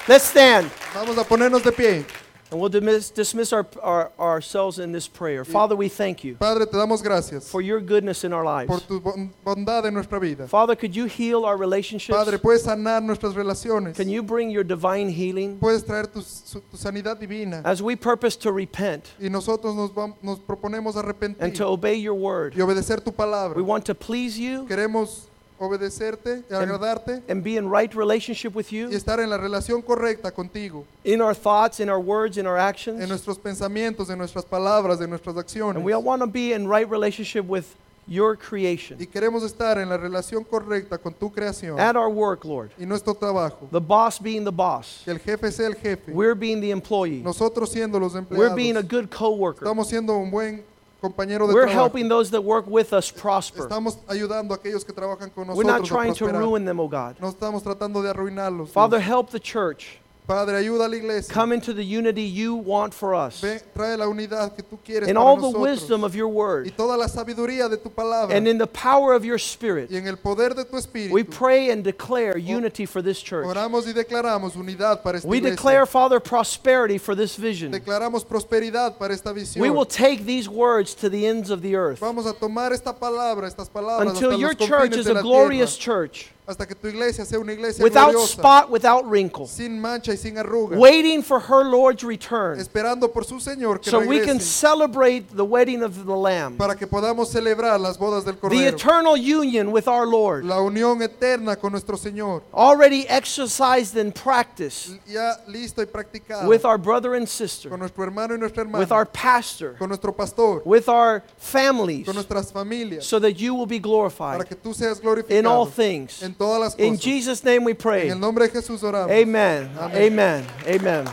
[SPEAKER 4] Let's stand.
[SPEAKER 3] Vamos a ponernos de pie.
[SPEAKER 4] And we'll dismiss, dismiss our, our, ourselves in this prayer. Father, we thank you
[SPEAKER 3] Padre, te damos gracias
[SPEAKER 4] for your goodness in our
[SPEAKER 3] por
[SPEAKER 4] lives.
[SPEAKER 3] tu bon- bondad en nuestra vida.
[SPEAKER 4] Father, could you heal our relationships?
[SPEAKER 3] Padre, puedes sanar nuestras relaciones.
[SPEAKER 4] Can you bring your divine healing?
[SPEAKER 3] Puedes traer tu, su- tu sanidad divina.
[SPEAKER 4] As we purpose to repent
[SPEAKER 3] Y nosotros nos, vam- nos proponemos
[SPEAKER 4] and to
[SPEAKER 3] arrepentir
[SPEAKER 4] obey your
[SPEAKER 3] y
[SPEAKER 4] word,
[SPEAKER 3] obedecer tu palabra.
[SPEAKER 4] we want to please you
[SPEAKER 3] Queremos obedecerte y agradarte
[SPEAKER 4] and be in right relationship with
[SPEAKER 3] y
[SPEAKER 4] you
[SPEAKER 3] estar en la relación correcta contigo,
[SPEAKER 4] in our thoughts, in our words, in our
[SPEAKER 3] en
[SPEAKER 4] actions.
[SPEAKER 3] nuestros pensamientos, en nuestras palabras, en nuestras acciones.
[SPEAKER 4] And we want to be in right relationship with your
[SPEAKER 3] Y
[SPEAKER 4] creation
[SPEAKER 3] queremos estar en la relación correcta con tu creación
[SPEAKER 4] at our work, Lord.
[SPEAKER 3] y nuestro trabajo.
[SPEAKER 4] The boss being the boss,
[SPEAKER 3] Que el jefe sea el jefe,
[SPEAKER 4] we're being the employee,
[SPEAKER 3] nosotros siendo los
[SPEAKER 4] we're being a
[SPEAKER 3] empleados.
[SPEAKER 4] good co worker.
[SPEAKER 3] Estamos siendo un buen compañero de
[SPEAKER 4] We're
[SPEAKER 3] trabajo.
[SPEAKER 4] helping those that work with us prosper.
[SPEAKER 3] Estamos ayudando a aquellos que trabajan con
[SPEAKER 4] We're
[SPEAKER 3] nosotros.
[SPEAKER 4] not
[SPEAKER 3] a
[SPEAKER 4] trying to
[SPEAKER 3] prosperar.
[SPEAKER 4] ruin them, oh God.
[SPEAKER 3] No estamos tratando de arruinarlos.
[SPEAKER 4] Father,
[SPEAKER 3] Dios.
[SPEAKER 4] help the church
[SPEAKER 3] Padre, ayuda a la iglesia.
[SPEAKER 4] come into the unity you want for us
[SPEAKER 3] Ve, trae la unidad que tú quieres
[SPEAKER 4] in
[SPEAKER 3] para
[SPEAKER 4] all the
[SPEAKER 3] nosotros.
[SPEAKER 4] wisdom of your
[SPEAKER 3] y
[SPEAKER 4] word
[SPEAKER 3] toda la sabiduría de tu palabra.
[SPEAKER 4] and in the power of your
[SPEAKER 3] y
[SPEAKER 4] spirit.
[SPEAKER 3] en el poder de tu espíritu.
[SPEAKER 4] We pray and declare unity for this church.
[SPEAKER 3] oramos y declaramos unidad para esta
[SPEAKER 4] We
[SPEAKER 3] iglesia.
[SPEAKER 4] declare, Father, prosperity for this vision.
[SPEAKER 3] declaramos prosperidad para esta visión.
[SPEAKER 4] We will take these words to the ends of the earth
[SPEAKER 3] Vamos a tomar esta palabra, estas palabras
[SPEAKER 4] until
[SPEAKER 3] hasta
[SPEAKER 4] your
[SPEAKER 3] los confines
[SPEAKER 4] church is
[SPEAKER 3] de la
[SPEAKER 4] a glorious
[SPEAKER 3] tierra,
[SPEAKER 4] church
[SPEAKER 3] hasta que tu iglesia sea una iglesia
[SPEAKER 4] without
[SPEAKER 3] gloriosa,
[SPEAKER 4] spot, without wrinkle,
[SPEAKER 3] sin mancha y sin arruga,
[SPEAKER 4] waiting for her Lord's return
[SPEAKER 3] esperando por su Señor que
[SPEAKER 4] so we
[SPEAKER 3] regrese
[SPEAKER 4] can celebrate the wedding of the Lamb,
[SPEAKER 3] para que podamos celebrar las bodas del
[SPEAKER 4] the
[SPEAKER 3] Cordero,
[SPEAKER 4] eternal union with our Lord,
[SPEAKER 3] la unión eterna con nuestro Señor,
[SPEAKER 4] already exercised and practiced
[SPEAKER 3] ya listo y practicado
[SPEAKER 4] with our brother
[SPEAKER 3] con
[SPEAKER 4] and sister,
[SPEAKER 3] nuestro hermano y nuestra hermana,
[SPEAKER 4] with our pastor,
[SPEAKER 3] con nuestro pastor,
[SPEAKER 4] with our families,
[SPEAKER 3] con nuestras familias,
[SPEAKER 4] so that you will be
[SPEAKER 3] para
[SPEAKER 4] glorified
[SPEAKER 3] que tú seas glorificado
[SPEAKER 4] in all things.
[SPEAKER 3] en todas las
[SPEAKER 4] In
[SPEAKER 3] cosas.
[SPEAKER 4] Jesus' name we
[SPEAKER 3] en
[SPEAKER 4] pray.
[SPEAKER 3] el nombre de Jesús oramos.
[SPEAKER 4] Amen.
[SPEAKER 3] Amén.
[SPEAKER 4] Amen. Amen.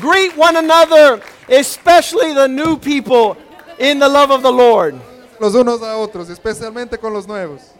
[SPEAKER 4] Greet one another, especially the new people, in the love of the Lord.
[SPEAKER 3] Los unos a otros, especialmente con los nuevos.